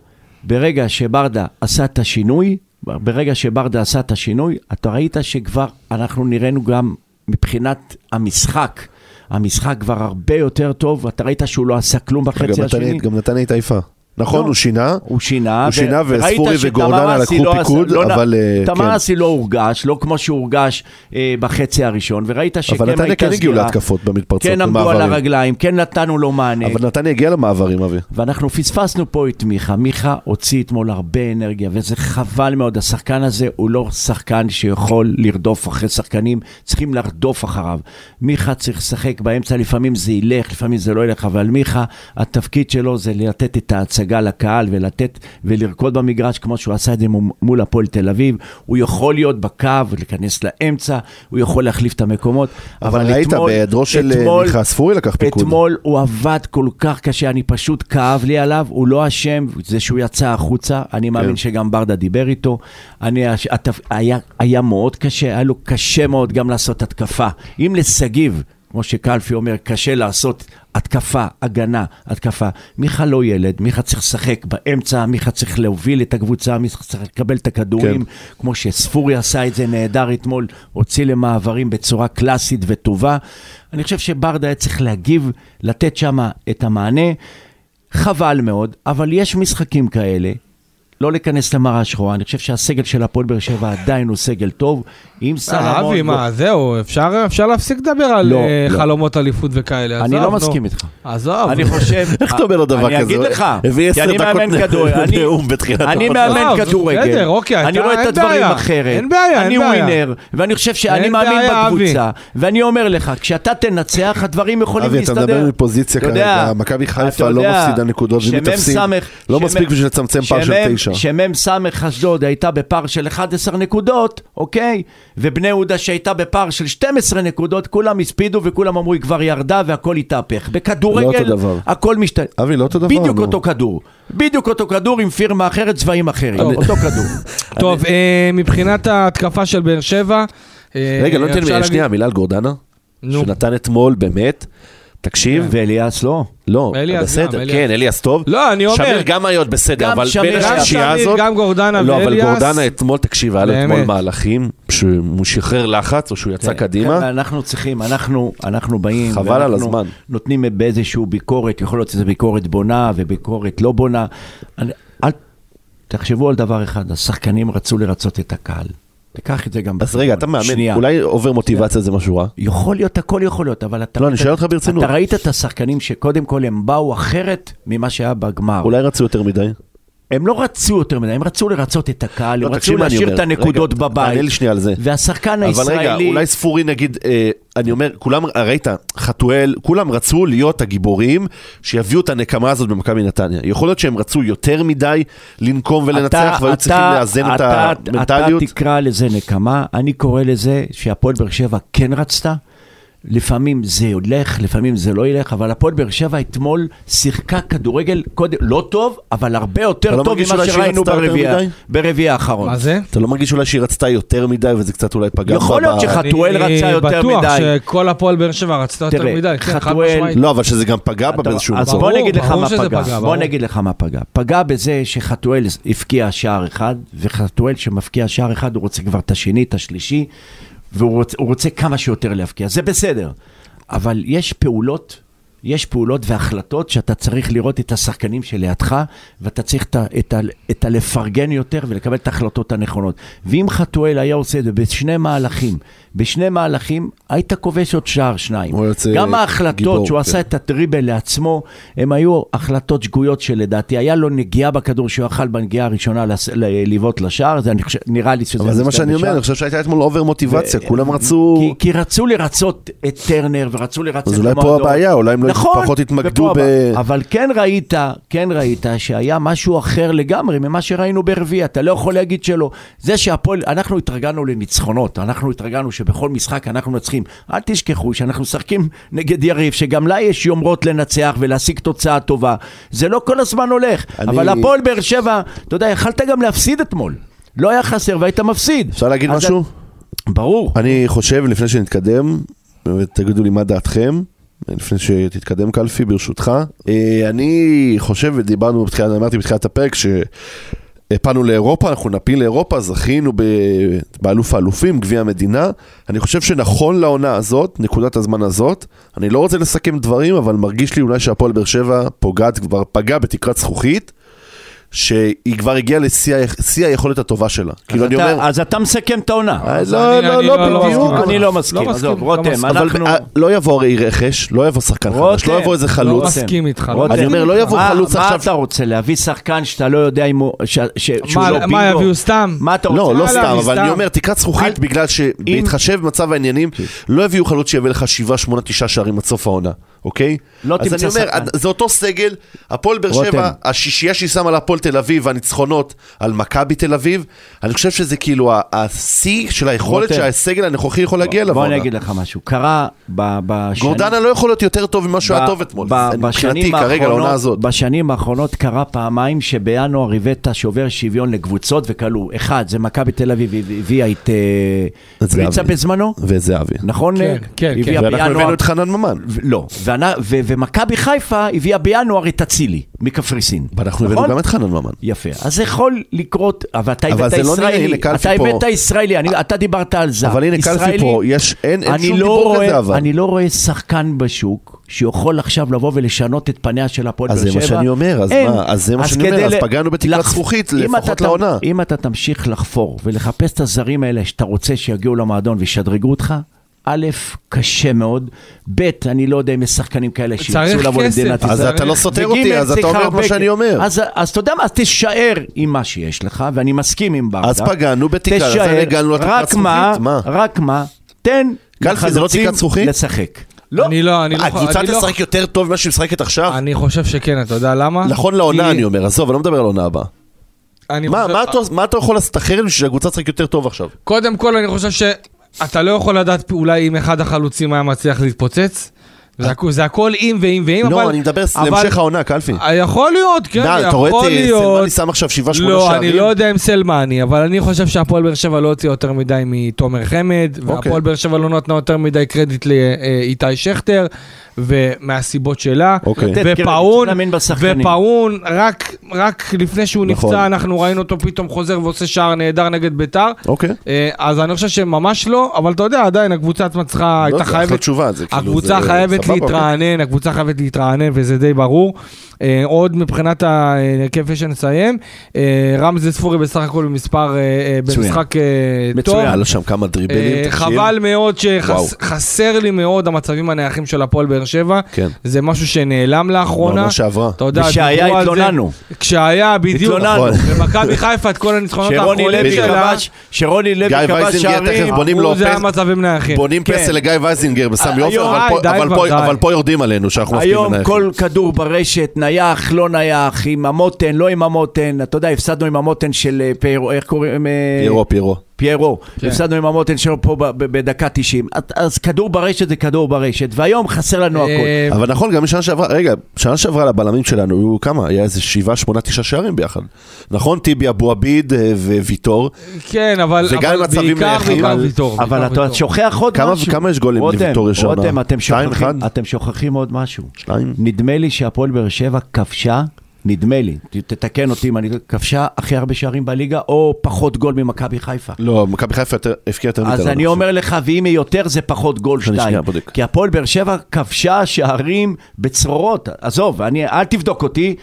Speaker 3: ברגע שברדה עשה את השינוי, ברגע שברדה עשה את השינוי, אתה ראית שכבר אנחנו נראינו גם מבחינת המשחק. המשחק כבר הרבה יותר טוב, אתה ראית שהוא לא עשה כלום בחצי
Speaker 4: גם נתן
Speaker 3: השני.
Speaker 4: לי- גם נתן לי את היפה. נכון,
Speaker 3: לא.
Speaker 4: הוא שינה.
Speaker 3: הוא שינה,
Speaker 4: הוא
Speaker 3: ו-
Speaker 4: שינה,
Speaker 3: וראית
Speaker 4: וספורי
Speaker 3: שתמר
Speaker 4: וגורדנה
Speaker 3: אסי
Speaker 4: לקחו
Speaker 3: לא עשה-
Speaker 4: פיקוד,
Speaker 3: לא נ-
Speaker 4: אבל, אה, כן.
Speaker 3: תמר אסי לא הורגש, לא כמו שהורגש אה, בחצי הראשון, וראית שכן
Speaker 4: אבל נתניה
Speaker 3: הייתה
Speaker 4: כן הגיעו
Speaker 3: סגירה,
Speaker 4: להתקפות במתפרצות,
Speaker 3: כן עמדו על
Speaker 4: במעברים.
Speaker 3: הרגליים, כן נתנו לו מענה.
Speaker 4: אבל נתניה הגיע למעברים, אבי.
Speaker 3: ואנחנו פספסנו פה את מיכה. מיכה הוציא אתמול הרבה אנרגיה, וזה חבל מאוד. השחקן הזה הוא לא שחקן שיכול לרדוף אחרי שחקנים, צריכים לרדוף אחריו. מיכה צריך לשחק באמצע, לפעמים זה ילך, לפעמים זה לא ילך, אבל מיכה, התפקיד שלו זה לתת את ההצגה לקהל ולתת ולרקוד במגרש כמו שהוא עשה את זה מול- מול הפועל תל אביב. הוא יכול להיות בקו, להיכנס לאמצע, הוא יכול להחליף את המקומות.
Speaker 4: אבל ראית, בהיעדרו של, אה,
Speaker 3: אתמול-
Speaker 4: מיכה, ספורי לקח פיקוד.
Speaker 3: אתמול אתמול הוא עבד כל כך קשה, אני פשוט כאב לי עליו, הוא לא אשם, זה שהוא יצא החוצה, אני
Speaker 4: כן.
Speaker 3: מאמין שגם ברדה דיבר איתו. אני, הש- התפ- היה, היה מאוד קשה, היה לו קשה מאוד גם לעשות התקפה. אם לשגיב, כמו שקלפי אומר, קשה לעשות התקפה, הגנה, התקפה. מיכה לא ילד, מיכה צריך לשחק באמצע, מיכה צריך להוביל את הקבוצה, מיכה צריך לקבל את הכדורים, כן. כמו שספורי עשה את זה נהדר אתמול, הוציא למעברים בצורה קלאסית וטובה. אני חושב שברדה היה צריך להגיב, לתת שם את המענה. חבל מאוד, אבל יש משחקים כאלה. לא להיכנס למראה שחורה, אני חושב שהסגל של הפועל באר שבע עדיין הוא סגל טוב. אם
Speaker 2: אה,
Speaker 3: סלמון...
Speaker 2: אבי, מה, זהו, אפשר אפשר להפסיק לדבר על
Speaker 3: לא,
Speaker 2: אה,
Speaker 3: לא.
Speaker 2: חלומות אליפות וכאלה.
Speaker 3: אני
Speaker 2: עזוב,
Speaker 3: לא
Speaker 2: נו.
Speaker 3: מסכים איתך.
Speaker 2: עזוב.
Speaker 3: אני
Speaker 2: נו.
Speaker 3: חושב...
Speaker 4: איך אתה אומר לו דבר כזה?
Speaker 3: אני אגיד לך,
Speaker 4: הביא
Speaker 3: כי
Speaker 4: עשר
Speaker 3: אני
Speaker 4: דקות
Speaker 3: מאמן כדורגל. אני-
Speaker 4: נאום בתחילת
Speaker 3: אני
Speaker 4: הפודקאסט.
Speaker 3: מאמן
Speaker 2: עזוב,
Speaker 3: כדורגל.
Speaker 2: בסדר, אוקיי,
Speaker 3: אני
Speaker 2: אתה-
Speaker 3: רואה את
Speaker 2: אין
Speaker 3: הדברים
Speaker 2: בעיה.
Speaker 3: אחרת.
Speaker 2: אין בעיה,
Speaker 3: אני
Speaker 2: אין בעיה.
Speaker 3: ווינר, ואני חושב שאני
Speaker 2: אין
Speaker 3: מאמין
Speaker 2: בעיה, אבי.
Speaker 3: בקבוצה. ואני אומר לך, כשאתה תנצח, הדברים יכולים
Speaker 4: אבי, אתה
Speaker 3: להסתדר.
Speaker 4: מדבר מפוזיציה
Speaker 3: אתה יודע,
Speaker 4: כרגע, מכבי
Speaker 3: אתה
Speaker 4: חיפה לא
Speaker 3: יודע,
Speaker 4: מפסידה נקודות, ואם
Speaker 3: שמ"ם
Speaker 4: היא תפסיד,
Speaker 3: סמך-
Speaker 4: לא
Speaker 3: שמ"ם-
Speaker 4: מספיק בשביל לצמצם פער של
Speaker 3: שמ"ם-
Speaker 4: תשע.
Speaker 3: שמ"ם סמך אשדוד הייתה בפער של 11 נקודות, אוקיי? ובני יהודה שהייתה בפער של 12 נקודות, כולם הספידו וכולם אמרו, היא כבר ירדה והכל התהפך. בכדורגל,
Speaker 4: לא אותו דבר.
Speaker 3: הכל משתנה.
Speaker 4: אבי, לא אותו דבר,
Speaker 3: בדיוק
Speaker 4: נו.
Speaker 3: אותו כדור. בדיוק אותו כדור עם פירמה אחרת, צבעים אחרים.
Speaker 2: טוב.
Speaker 3: אותו כדור.
Speaker 2: טוב, אה, מבחינת ההתקפה של באר שבע... אה,
Speaker 4: רגע, לא
Speaker 2: אפשר
Speaker 4: ניתן לי
Speaker 2: להגיד-
Speaker 4: שנייה מילה על גורדנה,
Speaker 2: נו.
Speaker 4: שנתן אתמול, באמת, תקשיב,
Speaker 3: ואליאס לא.
Speaker 4: לא,
Speaker 2: אליאס גם,
Speaker 4: בסדר,
Speaker 2: אליאס.
Speaker 4: כן, אליאס טוב.
Speaker 2: לא, אני אומר-
Speaker 4: שמיר גם היה עוד בסדר,
Speaker 3: גם
Speaker 4: אבל
Speaker 3: שמיר,
Speaker 4: בין
Speaker 3: גם
Speaker 4: השלישייה
Speaker 2: שמיר,
Speaker 4: הזאת...
Speaker 2: גם גורדנה
Speaker 4: לא, אבל
Speaker 2: ואליאס.
Speaker 4: גורדנה אתמול, תקשיב, היה לו אתמול
Speaker 2: באמת.
Speaker 4: מהלכים, שהוא שחרר לחץ, או שהוא יצא
Speaker 3: חבר'ה,
Speaker 4: קדימה.
Speaker 3: כן, אנחנו צריכים, אנחנו, אנחנו באים,
Speaker 4: חבל
Speaker 3: ואנחנו
Speaker 4: על הזמן.
Speaker 3: נותנים באיזושהי ביקורת, יכול להיות שזו ביקורת בונה וביקורת לא בונה. אני, אל, תחשבו על דבר אחד, השחקנים רצו לרצות את הקהל. תיקח את זה גם
Speaker 4: אז רגע, אתה מאמן,
Speaker 3: שנייה.
Speaker 4: אולי אובר מוטיבציה זה משהו רע?
Speaker 3: יכול להיות, הכל יכול להיות, אבל אתה...
Speaker 4: לא, אני שואל אותך ברצינות.
Speaker 3: אתה ראית את השחקנים שקודם כל הם באו אחרת ממה שהיה בגמר.
Speaker 4: אולי רצו יותר מדי?
Speaker 3: הם לא רצו יותר מדי, הם רצו לרצות את הקהל,
Speaker 4: לא,
Speaker 3: הם
Speaker 4: תקשיב
Speaker 3: רצו
Speaker 4: מה אני
Speaker 3: להשאיר
Speaker 4: אומר.
Speaker 3: את הנקודות
Speaker 4: רגע,
Speaker 3: בבית.
Speaker 4: תענה לי שנייה על זה.
Speaker 3: והשחקן
Speaker 4: אבל
Speaker 3: הישראלי...
Speaker 4: רגע, אולי ספורי נגיד, אה, אני אומר, כולם, אה, ראית, חתואל, כולם רצו להיות הגיבורים שיביאו את הנקמה הזאת במכבי נתניה. יכול להיות שהם רצו יותר מדי לנקום ולנצח, והיו צריכים לאזן את המנטליות.
Speaker 3: אתה תקרא לזה נקמה, אני קורא לזה שהפועל באר שבע כן רצתה. לפעמים זה הולך, לפעמים זה לא ילך, אבל הפועל באר שבע אתמול שיחקה כדורגל קודם, לא טוב, אבל
Speaker 4: אתה
Speaker 3: הרבה
Speaker 4: לא
Speaker 3: יותר טוב
Speaker 4: מרגיש
Speaker 3: ממה
Speaker 4: אולי שהיא
Speaker 3: שראינו
Speaker 4: רצתה יותר
Speaker 3: ברביעייה-
Speaker 4: מדי?
Speaker 3: ברביעייה האחרון.
Speaker 2: מה זה?
Speaker 4: אתה לא מרגיש אולי שהיא רצתה יותר מדי וזה קצת אולי פגע
Speaker 3: יכול
Speaker 4: בה
Speaker 3: להיות
Speaker 4: ב-
Speaker 3: שחת- חתואל
Speaker 2: אני
Speaker 3: רצה יותר
Speaker 2: בטוח
Speaker 3: מדי.
Speaker 2: שכל הפועל באר שבע רצתה יותר
Speaker 3: תראה,
Speaker 2: מדי. כן, חד
Speaker 3: חתואל-
Speaker 2: משמעית.
Speaker 4: לא, אבל שזה גם פגע בה
Speaker 3: אתה-
Speaker 4: באיזשהו
Speaker 3: אז
Speaker 4: מצב.
Speaker 3: בוא
Speaker 2: ברור,
Speaker 3: אני אגיד לך
Speaker 2: ברור
Speaker 3: מה
Speaker 2: שזה
Speaker 3: פגע.
Speaker 2: פגע,
Speaker 3: בוא
Speaker 2: ברור.
Speaker 3: אני אגיד לך מה פגע. פגע בזה שחתואל הבקיע שער אחד, וחתואל שמבקיע שער אחד, הוא רוצה כבר את השני, את השלישי, והוא רוצה, הוא רוצה כמה שיותר להבקיע. זה בסדר. אבל יש פעולות, יש פעולות והחלטות שאתה צריך לראות את השחקנים שלידך, ואתה צריך את, ה- את, ה- את הלפרגן יותר ולקבל את ההחלטות הנכונות. ואם חתואל היה עושה את זה בשני מהלכים, בשני מהלכים, היית כובש עוד שער שניים.
Speaker 4: הוא יוצא
Speaker 3: גם ההחלטות
Speaker 4: גיבור,
Speaker 3: שהוא
Speaker 4: כן.
Speaker 3: עשה את הטריבל לעצמו, הם היו החלטות שגויות שלדעתי, היה לו נגיעה בכדור שהוא יכל בנגיעה הראשונה לס- ל- לבעוט לשער, זה אני חושב, נראה לי שזה...
Speaker 4: אבל זה מה
Speaker 3: מסתיים
Speaker 4: שאני אומר,
Speaker 3: בשער.
Speaker 4: אני חושב שהייתה אתמול אובר מוטיבציה, כולם רצו...
Speaker 3: כי, כי רצו לרצות את טרנר ורצו לרצות את
Speaker 4: אז אולי פה
Speaker 3: המועדון.
Speaker 4: הבעיה, אולי הם לא
Speaker 3: נכון,
Speaker 4: פחות התמקדו
Speaker 3: ופה
Speaker 4: ב...
Speaker 3: הבעיה. אבל כן ראית, כן ראית שהיה משהו אחר לגמרי ממה שראינו ברביעי, אתה לא יכול להגיד שלא. זה שהפועל, אנחנו התרגלנו לניצחונות, אנחנו התרגלנו שבכל משחק אנחנו מנצחים. אל תשכחו שאנחנו משחקים נגד יריב, שגם לה יש יומרות לנצח ולהשיג תוצאה טובה. זה לא כל הזמן הולך,
Speaker 4: אני-
Speaker 3: אבל הפועל באר שבע, אתה יודע, יכלת גם להפסיד אתמול. לא היה חסר והיית מפסיד.
Speaker 4: אפשר להגיד
Speaker 3: אז-
Speaker 4: משהו?
Speaker 3: ברור.
Speaker 4: אני חושב, לפני שנתקדם, ותגידו לי מה דעתכם, לפני שתתקדם קלפי, ברשותך. אה, אני חושב, ודיברנו, בתחילת- אמרתי בתחילת הפרק, שהפלנו לאירופה, אנחנו נפיל לאירופה, זכינו ב... באלוף האלופים, גביע המדינה. אני חושב שנכון לעונה הזאת, נקודת הזמן הזאת, אני לא רוצה לסכם דברים, אבל מרגיש לי אולי שהפועל באר שבע פוגעת, כבר פגעה בתקרת זכוכית. שהיא כבר הגיעה לשיא ה- שיא היכולת הטובה שלה. כאילו, אני
Speaker 3: אתה-
Speaker 4: אומר...
Speaker 3: אז אתה מסכם את העונה.
Speaker 4: אה,
Speaker 2: אני-
Speaker 4: לא,
Speaker 2: אני
Speaker 4: לא,
Speaker 2: לא-
Speaker 4: לא
Speaker 2: לא
Speaker 4: בדיוק.
Speaker 2: מסכים.
Speaker 3: אני לא מסכים,
Speaker 2: לא מסכים,
Speaker 3: עזוב,
Speaker 2: לא
Speaker 3: רותם,
Speaker 2: מסכים.
Speaker 4: אבל
Speaker 3: אנחנו... כן.
Speaker 4: אה, לא יבוא הרי רכש, לא יבוא שחקן חדש, לא
Speaker 3: רותם,
Speaker 4: יבוא איזה
Speaker 2: לא
Speaker 4: חלוץ.
Speaker 2: מסכים איתך. לא
Speaker 3: רותם.
Speaker 4: אני אומר, לא יבוא
Speaker 3: מה-
Speaker 4: חלוץ
Speaker 3: מה
Speaker 4: עכשיו.
Speaker 3: אתה רוצה, להביא שחקן שאתה לא יודע אם הוא... ש- ש- שהוא
Speaker 2: מה-
Speaker 3: לא
Speaker 2: מה
Speaker 3: בינגו?
Speaker 2: יביאו סתם?
Speaker 3: מה אתה רוצה?
Speaker 4: לא, לא
Speaker 2: עליו,
Speaker 4: סתם, אבל
Speaker 2: סתם.
Speaker 4: אני אומר, תקרת זכוכית,
Speaker 3: אל- כן.
Speaker 4: בגלל שבהתחשב במצב העניינים, לא יביאו חלוץ שיביא לך 7, 8, 9 שערים עד סוף העונה, אוקיי?
Speaker 3: לא
Speaker 4: אז
Speaker 3: תמצא
Speaker 4: אני אומר,
Speaker 3: שחקן.
Speaker 4: זה אותו סגל, הפועל באר
Speaker 3: רותם.
Speaker 4: שבע, השישייה שהיא שמה על הפועל תל אביב, והניצחונות על מכבי תל אביב, אני חושב שזה כאילו ה- השיא של היכולת
Speaker 3: רותם.
Speaker 4: שהסגל הנוכחי יכול להגיע אליו.
Speaker 3: בוא
Speaker 4: העונה.
Speaker 3: אני אגיד לך משהו. קרה ב- בשנים...
Speaker 4: גורדנה לא יכול להיות יותר טוב ממה שהוא היה
Speaker 3: ב-
Speaker 4: טוב אתמול.
Speaker 3: ב-
Speaker 4: זה מבחינתי
Speaker 3: בשנים
Speaker 4: כרגע
Speaker 3: האחרונות-
Speaker 4: לעונה הזאת.
Speaker 3: בשנים האחרונות קרה פעמיים שבינואר הבאת שובר שוויון לקבוצות וכלוא. אחד, זה מכבי תל אביב הביאה את אה,
Speaker 4: את זהבי.
Speaker 3: פריצה בזמנו,
Speaker 4: וזהבי.
Speaker 3: נכון?
Speaker 2: כן,
Speaker 3: אה?
Speaker 2: כן,
Speaker 3: הביאה
Speaker 2: כן.
Speaker 4: ואנחנו
Speaker 3: בינואר-
Speaker 4: הבאנו את חנן ממן.
Speaker 3: ו- לא, ואנ- ו- ומכבי חיפה הביאה בינואר את אצילי מקפריסין.
Speaker 4: ואנחנו הבאנו
Speaker 3: נכון?
Speaker 4: גם את חנן ממן.
Speaker 3: יפה, אז זה יכול לקרות, אבל אתה
Speaker 4: אבל
Speaker 3: הבאת
Speaker 4: זה לא נראה,
Speaker 3: ישראלי,
Speaker 4: הנה, קלפי
Speaker 3: אתה
Speaker 4: פה.
Speaker 3: הבאת ישראלי, אני- אתה דיברת על זר,
Speaker 4: אבל הנה קלפי
Speaker 3: ישראלי-
Speaker 4: פה, יש, אין, אין
Speaker 3: אני
Speaker 4: שום
Speaker 3: לא
Speaker 4: דיבור
Speaker 3: רואה-
Speaker 4: כזה אבל.
Speaker 3: אני לא רואה שחקן בשוק שיכול עכשיו לבוא ולשנות את פניה של הפועל באר
Speaker 4: אז
Speaker 3: שבע.
Speaker 4: זה מה שאני אומר, אז
Speaker 3: אין.
Speaker 4: מה, אז זה מה שאני
Speaker 3: כדי
Speaker 4: אומר, אז
Speaker 3: ל-
Speaker 4: פגענו בתקרת
Speaker 3: לח-
Speaker 4: זכוכית,
Speaker 3: אם
Speaker 4: לפחות
Speaker 3: אתה ת-
Speaker 4: לעונה.
Speaker 3: אם אתה תמשיך לחפור ולחפש את הזרים האלה שאתה רוצה שיגיעו למועדון וישדרגו אותך, א', קשה מאוד, ב', אני לא יודע אם יש שחקנים כאלה שירצו
Speaker 2: צריך
Speaker 3: לבוא
Speaker 2: כסף.
Speaker 3: למדינת
Speaker 4: אז
Speaker 3: ישראל.
Speaker 4: אתה לא סותר אותי,
Speaker 3: וג',
Speaker 4: אז אתה
Speaker 3: צריך
Speaker 4: אומר את מה
Speaker 3: הרבה
Speaker 4: שאני
Speaker 3: כ-
Speaker 4: אומר.
Speaker 3: אז, אז אתה יודע מה, אז תישאר עם מה שיש לך, ואני מסכים עם ברדה.
Speaker 4: אז פגענו בתקרה, אז
Speaker 3: תישאר,
Speaker 4: הגענו לתקרת
Speaker 3: רק מה,
Speaker 4: זכוכית, מה?
Speaker 3: רק מה, תן
Speaker 4: קלפי, זה לא
Speaker 3: לחלוצים
Speaker 4: תקרת זכוכית?
Speaker 3: לשחק.
Speaker 2: אני לא, אני לא...
Speaker 4: הקבוצה
Speaker 2: אני לא-
Speaker 4: אה, תשחק יותר טוב ממה שהיא משחקת עכשיו?
Speaker 2: אני חושב שכן, אתה יודע למה?
Speaker 4: נכון לעונה
Speaker 2: כי-
Speaker 4: אני אומר, עזוב, אני לא מדבר על העונה הבאה.
Speaker 2: אני
Speaker 4: מה-
Speaker 2: חושב-
Speaker 4: מה אתה- מה אתה יכול לעשות אחרת בשביל שהקבוצה תשחק יותר טוב עכשיו?
Speaker 2: קודם כל, אני חושב שאתה לא יכול לדעת אולי אם אחד החלוצים היה מצליח להתפוצץ. זה הכ- זה הכל אם ואם ואם, אבל...
Speaker 4: לא, אני מדבר
Speaker 2: אבל-
Speaker 4: להמשך העונה, קלפי.
Speaker 2: יכול להיות, כן,
Speaker 4: די, אתה רואה
Speaker 2: יכול
Speaker 4: את
Speaker 2: להיות.
Speaker 4: סלמני שם עכשיו 7-8 שערים?
Speaker 2: לא, אני לא יודע אם סלמני, אבל אני חושב שהפועל באר שבע לא הוציאה יותר מדי מתומר חמד,
Speaker 4: אוקיי.
Speaker 2: והפועל באר שבע לא נתנה יותר מדי קרדיט לאיתי שכטר, ומהסיבות שלה,
Speaker 4: אוקיי. לתת
Speaker 3: קרדיט,
Speaker 2: ופאון,
Speaker 3: להאמין בשחקנים.
Speaker 2: ופאון, רק- רק לפני שהוא
Speaker 4: נכון.
Speaker 2: נפצע, אנחנו ראינו אותו פתאום חוזר ועושה שער נהדר נגד ביתר.
Speaker 4: אוקיי.
Speaker 2: אה, אז אני חושב שממש לא, אבל אתה יודע, עדיין הקבוצה עצמה צריכה,
Speaker 4: לא,
Speaker 2: הייתה
Speaker 4: זה אחלה
Speaker 2: חייבת...
Speaker 4: תשובה, זה כאילו,
Speaker 2: הקבוצה
Speaker 4: זה-
Speaker 2: חייבת
Speaker 4: סבבה, אוקיי.
Speaker 2: להתרענן, הקבוצה חייבת להתרענן וזה די ברור. אה, עוד מבחינת ההרכב שנסיים, אה, רמזי ספורי בסך הכל במספר, אה, אה,
Speaker 3: מצוין.
Speaker 2: במשחק אה, טוב.
Speaker 4: מצוין, היה לו שם כמה
Speaker 2: אה,
Speaker 4: דריבלים, תקשיב.
Speaker 2: חבל מאוד
Speaker 4: וואו.
Speaker 2: שחסר לי מאוד המצבים הנייחים של הפועל באר שבע.
Speaker 4: כן.
Speaker 2: זה משהו שנעלם לאחרונה.
Speaker 4: בעונה שעברה.
Speaker 2: אתה יודע,
Speaker 3: ושהיה,
Speaker 2: דיברו על זה.
Speaker 3: התלוננו.
Speaker 2: כשהיה, בדיוק.
Speaker 3: התלוננו.
Speaker 2: במכבי חיפה את כל הניצחונות
Speaker 3: שרוני
Speaker 2: האחרונים
Speaker 3: לוי
Speaker 2: שלה.
Speaker 3: כבש, שרוני
Speaker 4: גיא
Speaker 3: לוי כבש
Speaker 4: וייזנגר
Speaker 3: שערים,
Speaker 4: תכף בונים לו
Speaker 2: הוא זה
Speaker 4: פס-
Speaker 2: המצבים נייחים.
Speaker 4: בונים
Speaker 3: כן. אה,
Speaker 4: פסל לגיא וייזינגר בסמי
Speaker 3: היום-
Speaker 4: עופר, אבל פה-
Speaker 2: די,
Speaker 4: אבל
Speaker 2: די
Speaker 4: פה-
Speaker 2: כבר, די.
Speaker 4: אבל פה יורדים עלינו שאנחנו מפקיעים
Speaker 3: היום
Speaker 4: נייחים.
Speaker 3: כל כדור ברשת, נייח, לא נייח, עם המותן, לא עם המותן, אתה יודע, הפסדנו עם המותן של אה, פיירו, איך קוראים? אה,
Speaker 4: פיירו, פיירו.
Speaker 3: פיירו,
Speaker 2: כן.
Speaker 3: הפסדנו עם המותן שלו פה ב- ב- בדקה 90. אז- אז כדור ברשת זה כדור ברשת, והיום חסר לנו הכל.
Speaker 2: אה,
Speaker 4: אבל נכון, גם שנה שעברה, רגע, שנה שעברה לבלמים שלנו היו כמה? היה איזה שבעה, שמונה, תשעה שערים ביחד. נכון, טיבי, אבו עביד אה, וויטור.
Speaker 2: כן, אבל,
Speaker 4: וגם
Speaker 2: אבל
Speaker 4: מצבים
Speaker 2: בעיקר,
Speaker 4: נייחים,
Speaker 2: בעיקר
Speaker 4: אבל-
Speaker 2: ויטור.
Speaker 3: אבל
Speaker 2: בעיקר
Speaker 3: אתה
Speaker 2: ויטור.
Speaker 3: שוכח עוד
Speaker 4: כמה-
Speaker 3: משהו.
Speaker 4: כמה יש גולים
Speaker 3: רותם,
Speaker 4: לוויטור יש העונה?
Speaker 3: רותם, אתם
Speaker 4: שתיים,
Speaker 3: שוכחים-
Speaker 4: אחד?
Speaker 3: אתם שוכחים עוד משהו.
Speaker 4: שתיים.
Speaker 3: נדמה לי שהפועל באר שבע כבשה, נדמה לי, ת- תתקן אותי אם אני... כבשה הכי הרבה שערים בליגה, או פחות גול ממכבי חיפה.
Speaker 4: לא, מכבי חיפה יותר- הבקיעה יותר מאיתנו.
Speaker 3: אז אני אומר לך, ואם היא יותר, זה פחות גול
Speaker 4: אני
Speaker 3: שתיים.
Speaker 4: שנייה בודק.
Speaker 3: כי הפועל באר שבע כבשה שערים בצרורות. עזוב, אני, אל תבדוק אותי,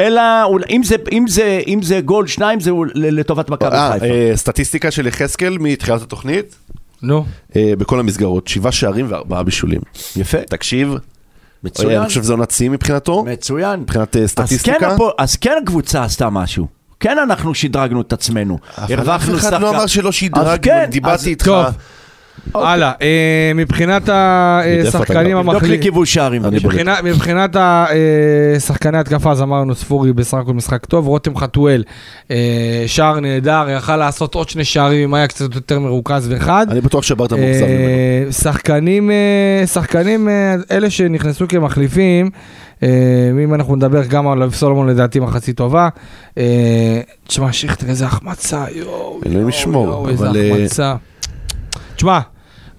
Speaker 3: אלא אול- אם זה, אם זה, אם זה גול שניים, זה אול- ל- לטובת מכבי
Speaker 4: אה,
Speaker 3: חיפה.
Speaker 4: אה, סטטיסטיקה של יחזקאל מתחילת התוכנית,
Speaker 2: נו,
Speaker 4: אה, בכל המסגרות, שבעה שערים וארבעה בישולים.
Speaker 3: יפה,
Speaker 4: תקשיב, אה,
Speaker 3: מצוין.
Speaker 4: אני חושב שזה עונת שיא מבחינתו.
Speaker 3: מצוין.
Speaker 4: מבחינת, אה, סטטיסטיקה?
Speaker 3: אז כן, הפועל- אז כן הקבוצה עשתה משהו. כן אנחנו שדרגנו את עצמנו.
Speaker 4: אבל אף אחד לא אמר שלא
Speaker 3: אז
Speaker 4: שדרגנו,
Speaker 3: כן, אז
Speaker 4: דיברתי איתך.
Speaker 2: טוב. הלאה, אה, מבחינת השחקנים
Speaker 4: אתה לא גם?
Speaker 3: תבדוק לי
Speaker 2: המחליטים.
Speaker 3: כיבוש שערים.
Speaker 4: אני
Speaker 3: בבקשה.
Speaker 2: מבחינה- מבחינת השחקני התקפה, אז אמרנו ספורי בסך הכל משחק טוב, רותם חתואל, אה, שער נהדר, יכל לעשות עוד שני שערים אם היה קצת יותר מרוכז וחד.
Speaker 4: אני בטוח שברדה מאוכזב ממנו.
Speaker 2: אה, שחקנים, אה, שחקנים, אה, אלה שנכנסו כמחליפים, אה, אם אנחנו נדבר גם על אביב סולומון לדעתי מחצית טובה, אה, תשמע שכטר איזה החמצה, יואו,
Speaker 4: אלוהים
Speaker 2: יואו,
Speaker 4: ישמור,
Speaker 2: יואו, איזה
Speaker 4: אבל, אה,
Speaker 2: החמצה. תשמע,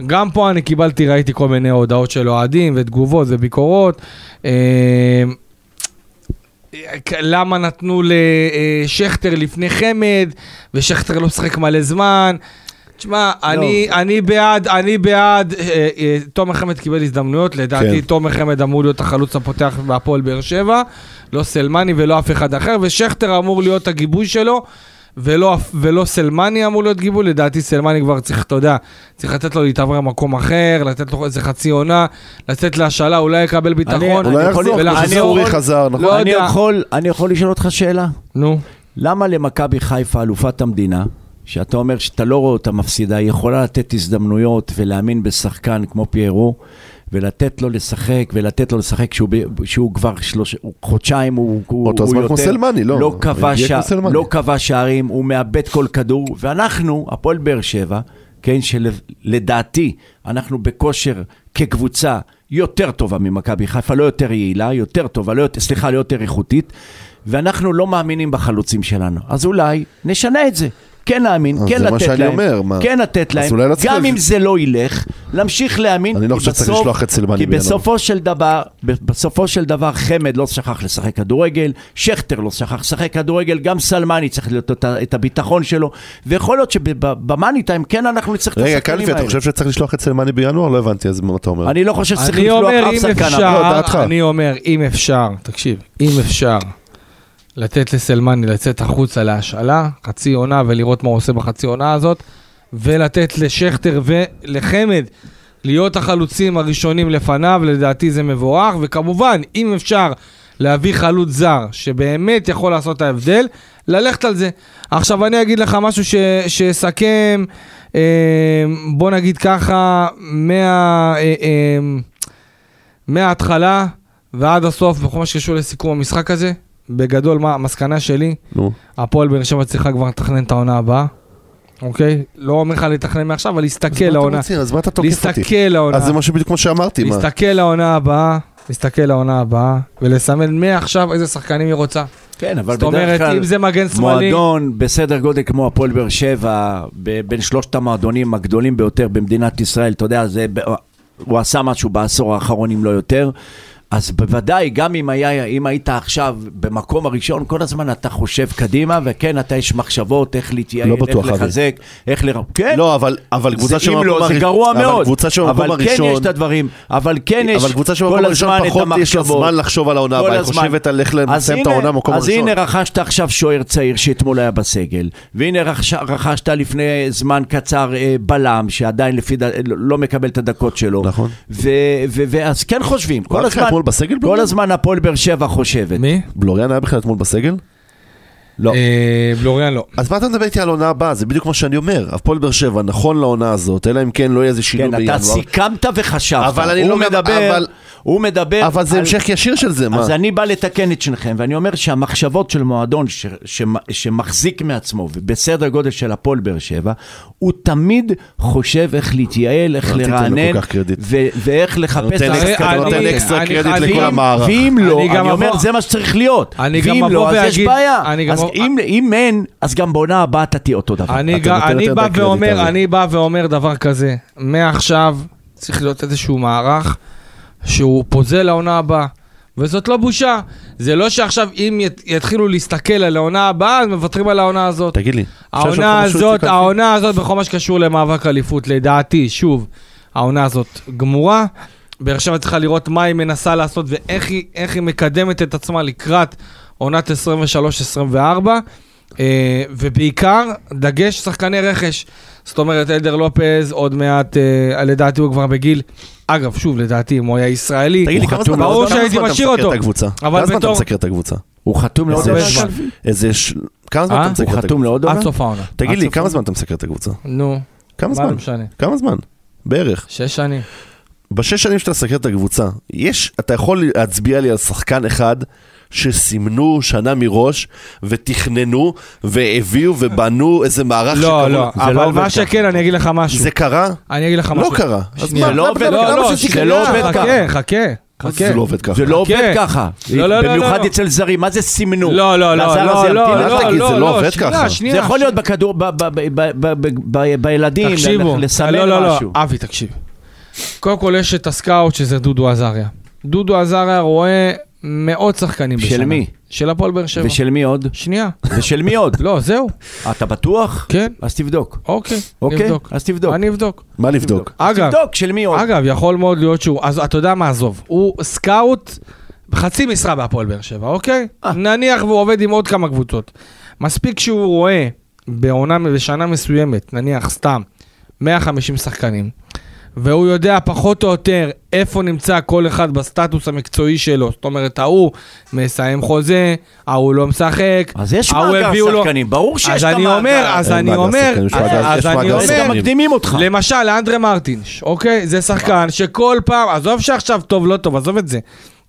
Speaker 2: גם פה אני קיבלתי, ראיתי כל מיני הודעות של אוהדים ותגובות וביקורות. אה, למה נתנו לשכטר לפני חמד, ושכטר לא משחק מלא זמן. תשמע,
Speaker 4: לא,
Speaker 2: אני, אני בעד, אני בעד, אה, אה, תומר חמד קיבל הזדמנויות, לדעתי
Speaker 4: כן.
Speaker 2: תומר חמד אמור להיות החלוץ הפותח בהפועל באר שבע, לא סלמני ולא אף אחד אחר, ושכטר אמור להיות הגיבוי שלו, ולא, ולא סלמני אמור להיות גיבוי, לדעתי סלמני כבר צריך, אתה יודע, צריך לתת לו להתעבר למקום אחר, לתת לו איזה חצי עונה, לתת להשאלה, אולי יקבל ביטחון.
Speaker 4: אולי
Speaker 3: אני יכול-
Speaker 4: יחזור,
Speaker 2: ולחזור.
Speaker 4: כמו שסורי חזר, נכון?
Speaker 2: לא
Speaker 3: אני
Speaker 2: יודע.
Speaker 3: יכול, אני יכול לשאול אותך שאלה?
Speaker 2: נו.
Speaker 3: למה למכבי חיפה, אלופת המדינה, שאתה אומר שאתה לא רואה אותה מפסידה, היא יכולה לתת הזדמנויות ולהאמין בשחקן כמו פיירו, ולתת לו לשחק, ולתת לו לשחק כשהוא, ב- שהוא כבר שלוש, הוא- חודשיים, הוא, הוא,
Speaker 4: אותו
Speaker 3: הוא
Speaker 4: זמן כמו סלמני, לא,
Speaker 3: לא
Speaker 4: הוא
Speaker 3: כבש
Speaker 4: הגיע כמו
Speaker 3: ש-
Speaker 4: סלמני.
Speaker 3: לא כבש שערים, הוא מאבד כל כדור, ואנחנו, הפועל באר שבע, כן, שלדעתי אנחנו בכושר כקבוצה יותר טובה ממכבי חיפה, לא יותר יעילה, יותר טובה, לא, יותר- סליחה, לא יותר איכותית, ואנחנו לא מאמינים בחלוצים שלנו. אז אולי נשנה את זה. כן להאמין,
Speaker 4: אז
Speaker 3: כן
Speaker 4: זה מה
Speaker 3: לתת
Speaker 4: שאני
Speaker 3: להם,
Speaker 4: אומר, מה?
Speaker 3: כן לתת
Speaker 4: אז
Speaker 3: להם,
Speaker 4: אולי לא צריך-
Speaker 3: גם אם זה לא ילך, להמשיך להאמין.
Speaker 4: אני לא
Speaker 3: כי
Speaker 4: חושב שצריך
Speaker 3: בסוף-
Speaker 4: לשלוח את סילבני
Speaker 3: כי
Speaker 4: בינואר.
Speaker 3: בסופו של דבר, ב- בסופו של דבר חמד לא שכח לשחק כדורגל, שכטר לא שכח לשחק כדורגל, גם סלמני צריך להיות את ה- את הביטחון שלו, ויכול להיות שבמאני טיים כן אנחנו נצטרך את
Speaker 4: רגע,
Speaker 3: השחקנים
Speaker 4: קלפי, אתה
Speaker 3: האלה.
Speaker 4: חושב שצריך לשלוח את סלמני בינואר? לא הבנתי, אז מה אתה אומר?
Speaker 3: אני לא חושב שצריך
Speaker 2: אני
Speaker 3: לפלוח
Speaker 2: אומר,
Speaker 3: אף
Speaker 2: אם
Speaker 3: שחקן. אבל-
Speaker 4: לא, דעתך.
Speaker 2: אפשר, אני אומר, אם אפשר, תקשיב, אם אפשר לתת לסלמני לצאת החוצה להשאלה, חצי עונה, ולראות מה הוא עושה בחצי עונה הזאת, ולתת לשכטר ולחמד להיות החלוצים הראשונים לפניו, לדעתי זה מבורך, וכמובן, אם אפשר להביא חלוץ זר שבאמת יכול לעשות את ההבדל, ללכת על זה. עכשיו אני אגיד לך משהו ש- שיסכם, אה, בוא נגיד ככה, מה... אה, אה, מההתחלה ועד הסוף בכל מה שקשור לסיכום המשחק הזה. בגדול, מה המסקנה שלי?
Speaker 4: נו.
Speaker 2: הפועל באר שבע צריכה כבר לתכנן את העונה הבאה, אוקיי? לא אומר לך לתכנן מעכשיו, אבל להסתכל
Speaker 4: אז מה
Speaker 2: לעונה.
Speaker 4: אתה רוצה? אז מה אתה תוקף אותי?
Speaker 2: להסתכל לעונה.
Speaker 4: אז זה משהו בדיוק כמו שאמרתי, מה?
Speaker 2: להסתכל לעונה הבאה, להסתכל לעונה הבאה, ולסמן מעכשיו איזה שחקנים היא רוצה.
Speaker 3: כן, אבל
Speaker 2: זאת
Speaker 3: בדרך
Speaker 2: אומרת,
Speaker 3: כלל...
Speaker 2: אם זה מגן שמאלי...
Speaker 3: מועדון בסדר גודל כמו הפועל באר שבע, ב- בין שלושת המועדונים הגדולים ביותר במדינת ישראל, אתה יודע, זה, ב- הוא עשה משהו בעשור האחרון, אם לא יותר. אז בוודאי, גם אם, היה, אם היית עכשיו במקום הראשון, כל הזמן אתה חושב קדימה, וכן, אתה יש מחשבות איך להתייעל,
Speaker 4: לא בטוח,
Speaker 3: איך
Speaker 4: אבי.
Speaker 3: לחזק, איך לראות. כן,
Speaker 4: לא, אבל- אבל קבוצה
Speaker 3: זה-
Speaker 4: שבמקום
Speaker 3: אם לא, זה
Speaker 4: הראש-
Speaker 3: גרוע
Speaker 4: אבל
Speaker 3: מאוד.
Speaker 4: קבוצה שבמקום
Speaker 3: אבל כן יש
Speaker 4: הראשון-
Speaker 3: את הדברים, אבל כן יש
Speaker 4: אבל קבוצה
Speaker 3: כל
Speaker 4: שבמקום הראשון
Speaker 3: הזמן את
Speaker 4: פחות יש לה
Speaker 3: המחשבות.
Speaker 4: זמן לחשוב על העונה
Speaker 3: כל
Speaker 4: הבאה, היא
Speaker 3: הזמן.
Speaker 4: חושבת על איך
Speaker 3: אז
Speaker 4: לסיים את
Speaker 3: הנה-
Speaker 4: העונה במקום הראשון.
Speaker 3: אז הנה רכשת עכשיו שוער צעיר שאתמול היה בסגל, והנה רכש, רכשת לפני זמן קצר אה, בלם, שעדיין לפי דע, לא- לא מקבל את הדקות שלו.
Speaker 4: נכון.
Speaker 3: ו, ו, ואז כן חושבים,
Speaker 4: היה
Speaker 3: כל
Speaker 4: לך
Speaker 3: הזמן,
Speaker 4: אתמול בסגל
Speaker 3: כל
Speaker 4: בלם?
Speaker 3: הזמן הפועל באר שבע חושבת.
Speaker 2: מי?
Speaker 4: בלוריאן היה בכלל אתמול בסגל? לא.
Speaker 2: אה, בלוריאן לא.
Speaker 4: אז מה אתה מדבר איתי על העונה הבאה? זה בדיוק מה שאני אומר. הפועל באר שבע, נכון לעונה הזאת, אלא אם כן לא יהיה איזה שינוי
Speaker 3: כן,
Speaker 4: בינואר.
Speaker 3: אתה סיכמת וחשבת.
Speaker 4: אבל אני
Speaker 3: הוא
Speaker 4: לא מד-
Speaker 3: מדבר,
Speaker 4: אבל-
Speaker 3: הוא מדבר,
Speaker 4: אבל זה
Speaker 3: על-
Speaker 4: המשך ישיר של זה, מה?
Speaker 3: אז אני בא לתקן את שניכם, ואני אומר שהמחשבות של מועדון ש, ש, שמחזיק מעצמו, ובסדר גודל של הפועל באר שבע, הוא תמיד חושב איך להתייעל, איך
Speaker 4: אל תיתן לו כל
Speaker 3: לרענן,
Speaker 4: כך קרדיט.
Speaker 3: ו- ואיך לחפש
Speaker 4: נותן
Speaker 3: את
Speaker 2: אקסטרה-
Speaker 4: אקסטרה,
Speaker 3: השחקנים.
Speaker 2: אני-
Speaker 4: נותן
Speaker 2: אני-
Speaker 4: אקסטרה
Speaker 2: אני-
Speaker 4: קרדיט
Speaker 2: אני-
Speaker 4: לכל המערך.
Speaker 3: ואם לא,
Speaker 2: אני
Speaker 3: אני,
Speaker 2: גם
Speaker 3: אומר,
Speaker 2: אבוא-
Speaker 3: זה מה שצריך להיות.
Speaker 2: אני גם
Speaker 3: ואם
Speaker 2: אבוא
Speaker 3: לא, אז יש
Speaker 2: ואגיד-
Speaker 3: בעיה.
Speaker 2: אני גם
Speaker 3: אז
Speaker 2: אבוא-
Speaker 3: אם, אם אין, אז גם בעונה הבאה אתה תהיה אותו דבר.
Speaker 2: אני,
Speaker 4: אתה
Speaker 2: גם,
Speaker 4: נותן
Speaker 2: אני,
Speaker 4: יותר
Speaker 2: בא
Speaker 4: את הקרדיט
Speaker 2: ואומר,
Speaker 4: הזה.
Speaker 2: אני בא ואומר דבר כזה, מעכשיו צריך להיות איזשהו מערך שהוא פוזל לעונה הבאה. וזאת לא בושה, זה לא שעכשיו אם ית, יתחילו להסתכל על העונה הבאה, אז מוותרים על העונה הזאת.
Speaker 4: תגיד לי. אפשר לשאול אותך
Speaker 2: העונה
Speaker 4: משהו,
Speaker 2: הזאת,
Speaker 4: צביקה?
Speaker 2: העונה הזאת בכל מה שקשור למאבק אליפות, לדעתי, שוב, העונה הזאת גמורה. באר שבע צריכה לראות מה היא מנסה לעשות ואיך היא, איך היא מקדמת את עצמה לקראת עונת 23-24, אה, ובעיקר, דגש שחקני רכש. זאת אומרת, אלדר לופז, עוד מעט, אה, לדעתי הוא כבר בגיל, אגב, שוב, לדעתי, אם הוא היה ישראלי,
Speaker 4: תגיד לי, כמה זמן
Speaker 2: ברור
Speaker 4: כמה זמן
Speaker 2: שהייתי
Speaker 4: אתה
Speaker 2: משאיר
Speaker 4: מסקר את
Speaker 2: אותו.
Speaker 4: הקבוצה?
Speaker 2: אבל
Speaker 4: כמה זמן אתה
Speaker 2: בתור-
Speaker 4: מסקר את הקבוצה?
Speaker 3: הוא חתום לעוד
Speaker 2: זה
Speaker 3: עונה.
Speaker 2: ש-
Speaker 3: שלווי?
Speaker 4: איזה... ש- כמה זמן
Speaker 2: אה?
Speaker 4: אתה מסקר
Speaker 3: הוא
Speaker 4: את
Speaker 3: חתום
Speaker 4: הקבוצה?
Speaker 3: לעוד עונה?
Speaker 2: עד סוף העונה.
Speaker 4: תגיד
Speaker 3: עד
Speaker 4: לי,
Speaker 3: סוף
Speaker 4: כמה זמן אתה מסקר את הקבוצה?
Speaker 2: נו,
Speaker 4: כמה
Speaker 2: מה זה
Speaker 4: זמן?
Speaker 2: משנה?
Speaker 4: כמה זמן? בערך.
Speaker 2: שש שנים.
Speaker 4: בשש שנים שאתה מסקר את הקבוצה, יש, אתה יכול להצביע לי על שחקן אחד שסימנו שנה מראש ותכננו והביאו ובנו איזה מערך
Speaker 2: לא, לא,
Speaker 4: שקראו לו-
Speaker 2: אבל מה שכן, אני אגיד לך משהו.
Speaker 4: זה קרה?
Speaker 2: אני אגיד לך
Speaker 4: לא
Speaker 2: משהו.
Speaker 4: קרה. אז
Speaker 2: שנייה.
Speaker 4: מה,
Speaker 3: זה לא
Speaker 4: למה-
Speaker 3: עובד
Speaker 4: למה
Speaker 2: לא, לא,
Speaker 4: שזה
Speaker 2: זה
Speaker 4: יקרה?
Speaker 2: לא
Speaker 4: למה
Speaker 2: עובד
Speaker 4: שזה
Speaker 2: ככה.
Speaker 4: יקרה?
Speaker 2: חכה, חכה.
Speaker 4: אז
Speaker 2: כן.
Speaker 4: זה לא עובד ככה.
Speaker 3: זה לא
Speaker 2: כן.
Speaker 3: עובד ככה.
Speaker 2: לא, לא, לא,
Speaker 3: במיוחד
Speaker 2: לא.
Speaker 3: אצל זרים, מה זה סימנו?
Speaker 2: לא, לא, לא,
Speaker 3: והזר
Speaker 2: לא,
Speaker 3: הזה ימתין.
Speaker 2: לא,
Speaker 4: אל
Speaker 2: לא,
Speaker 4: תגיד, זה לא עובד
Speaker 2: שנייה,
Speaker 4: ככה.
Speaker 2: שנייה,
Speaker 3: זה יכול
Speaker 2: שנייה.
Speaker 3: להיות בכדור, ב- ב- ב- ב- ב- ב- ב- בילדים,
Speaker 2: תקשיבו,
Speaker 3: לסמן
Speaker 2: לא, לא,
Speaker 3: משהו.
Speaker 2: לא, אבי, תקשיב. קודם כל יש את הסקאוט שזה דודו עזריה. דודו עזריה רואה מאות שחקנים
Speaker 3: של
Speaker 2: בשנה.
Speaker 3: מי?
Speaker 2: של הפועל באר שבע.
Speaker 3: ושל מי עוד?
Speaker 2: שנייה.
Speaker 3: ושל מי עוד?
Speaker 2: לא, זהו.
Speaker 3: אתה בטוח?
Speaker 2: כן.
Speaker 3: אז תבדוק.
Speaker 2: אוקיי,
Speaker 3: אוקיי?
Speaker 2: נבדוק.
Speaker 3: אז תבדוק.
Speaker 2: אני אבדוק.
Speaker 4: מה לבדוק?
Speaker 3: אז
Speaker 2: אגב,
Speaker 3: תבדוק של מי עוד.
Speaker 2: אגב, יכול מאוד להיות שהוא, אז אתה יודע מה, עזוב, הוא סקאוט חצי משרה בהפועל באר שבע, אוקיי?
Speaker 3: אה.
Speaker 2: נניח והוא עובד עם עוד כמה קבוצות. מספיק שהוא רואה בעונה, בשנה מסוימת, נניח סתם, 150 שחקנים, והוא יודע פחות או יותר איפה נמצא כל אחד בסטטוס המקצועי שלו. זאת אומרת, ההוא מסיים חוזה, ההוא לא משחק,
Speaker 3: אז יש
Speaker 2: ההוא
Speaker 3: מאגר
Speaker 2: הביאו לו-
Speaker 3: שחקנים, ברור שיש
Speaker 2: אז
Speaker 3: את
Speaker 2: אני
Speaker 3: המאגר.
Speaker 2: אומר, אז
Speaker 4: אין
Speaker 2: אני
Speaker 4: מאגר
Speaker 2: אומר,
Speaker 4: שחקנים, יש מאגר-
Speaker 2: אז
Speaker 4: יש
Speaker 2: אני
Speaker 4: מאגר
Speaker 3: אז
Speaker 2: אומר,
Speaker 3: גם לא מקדימים אותך.
Speaker 2: למשל, לאנדרה מרטינש, אוקיי? זה שחקן שכל פעם, עזוב שעכשיו טוב, לא טוב, עזוב את זה.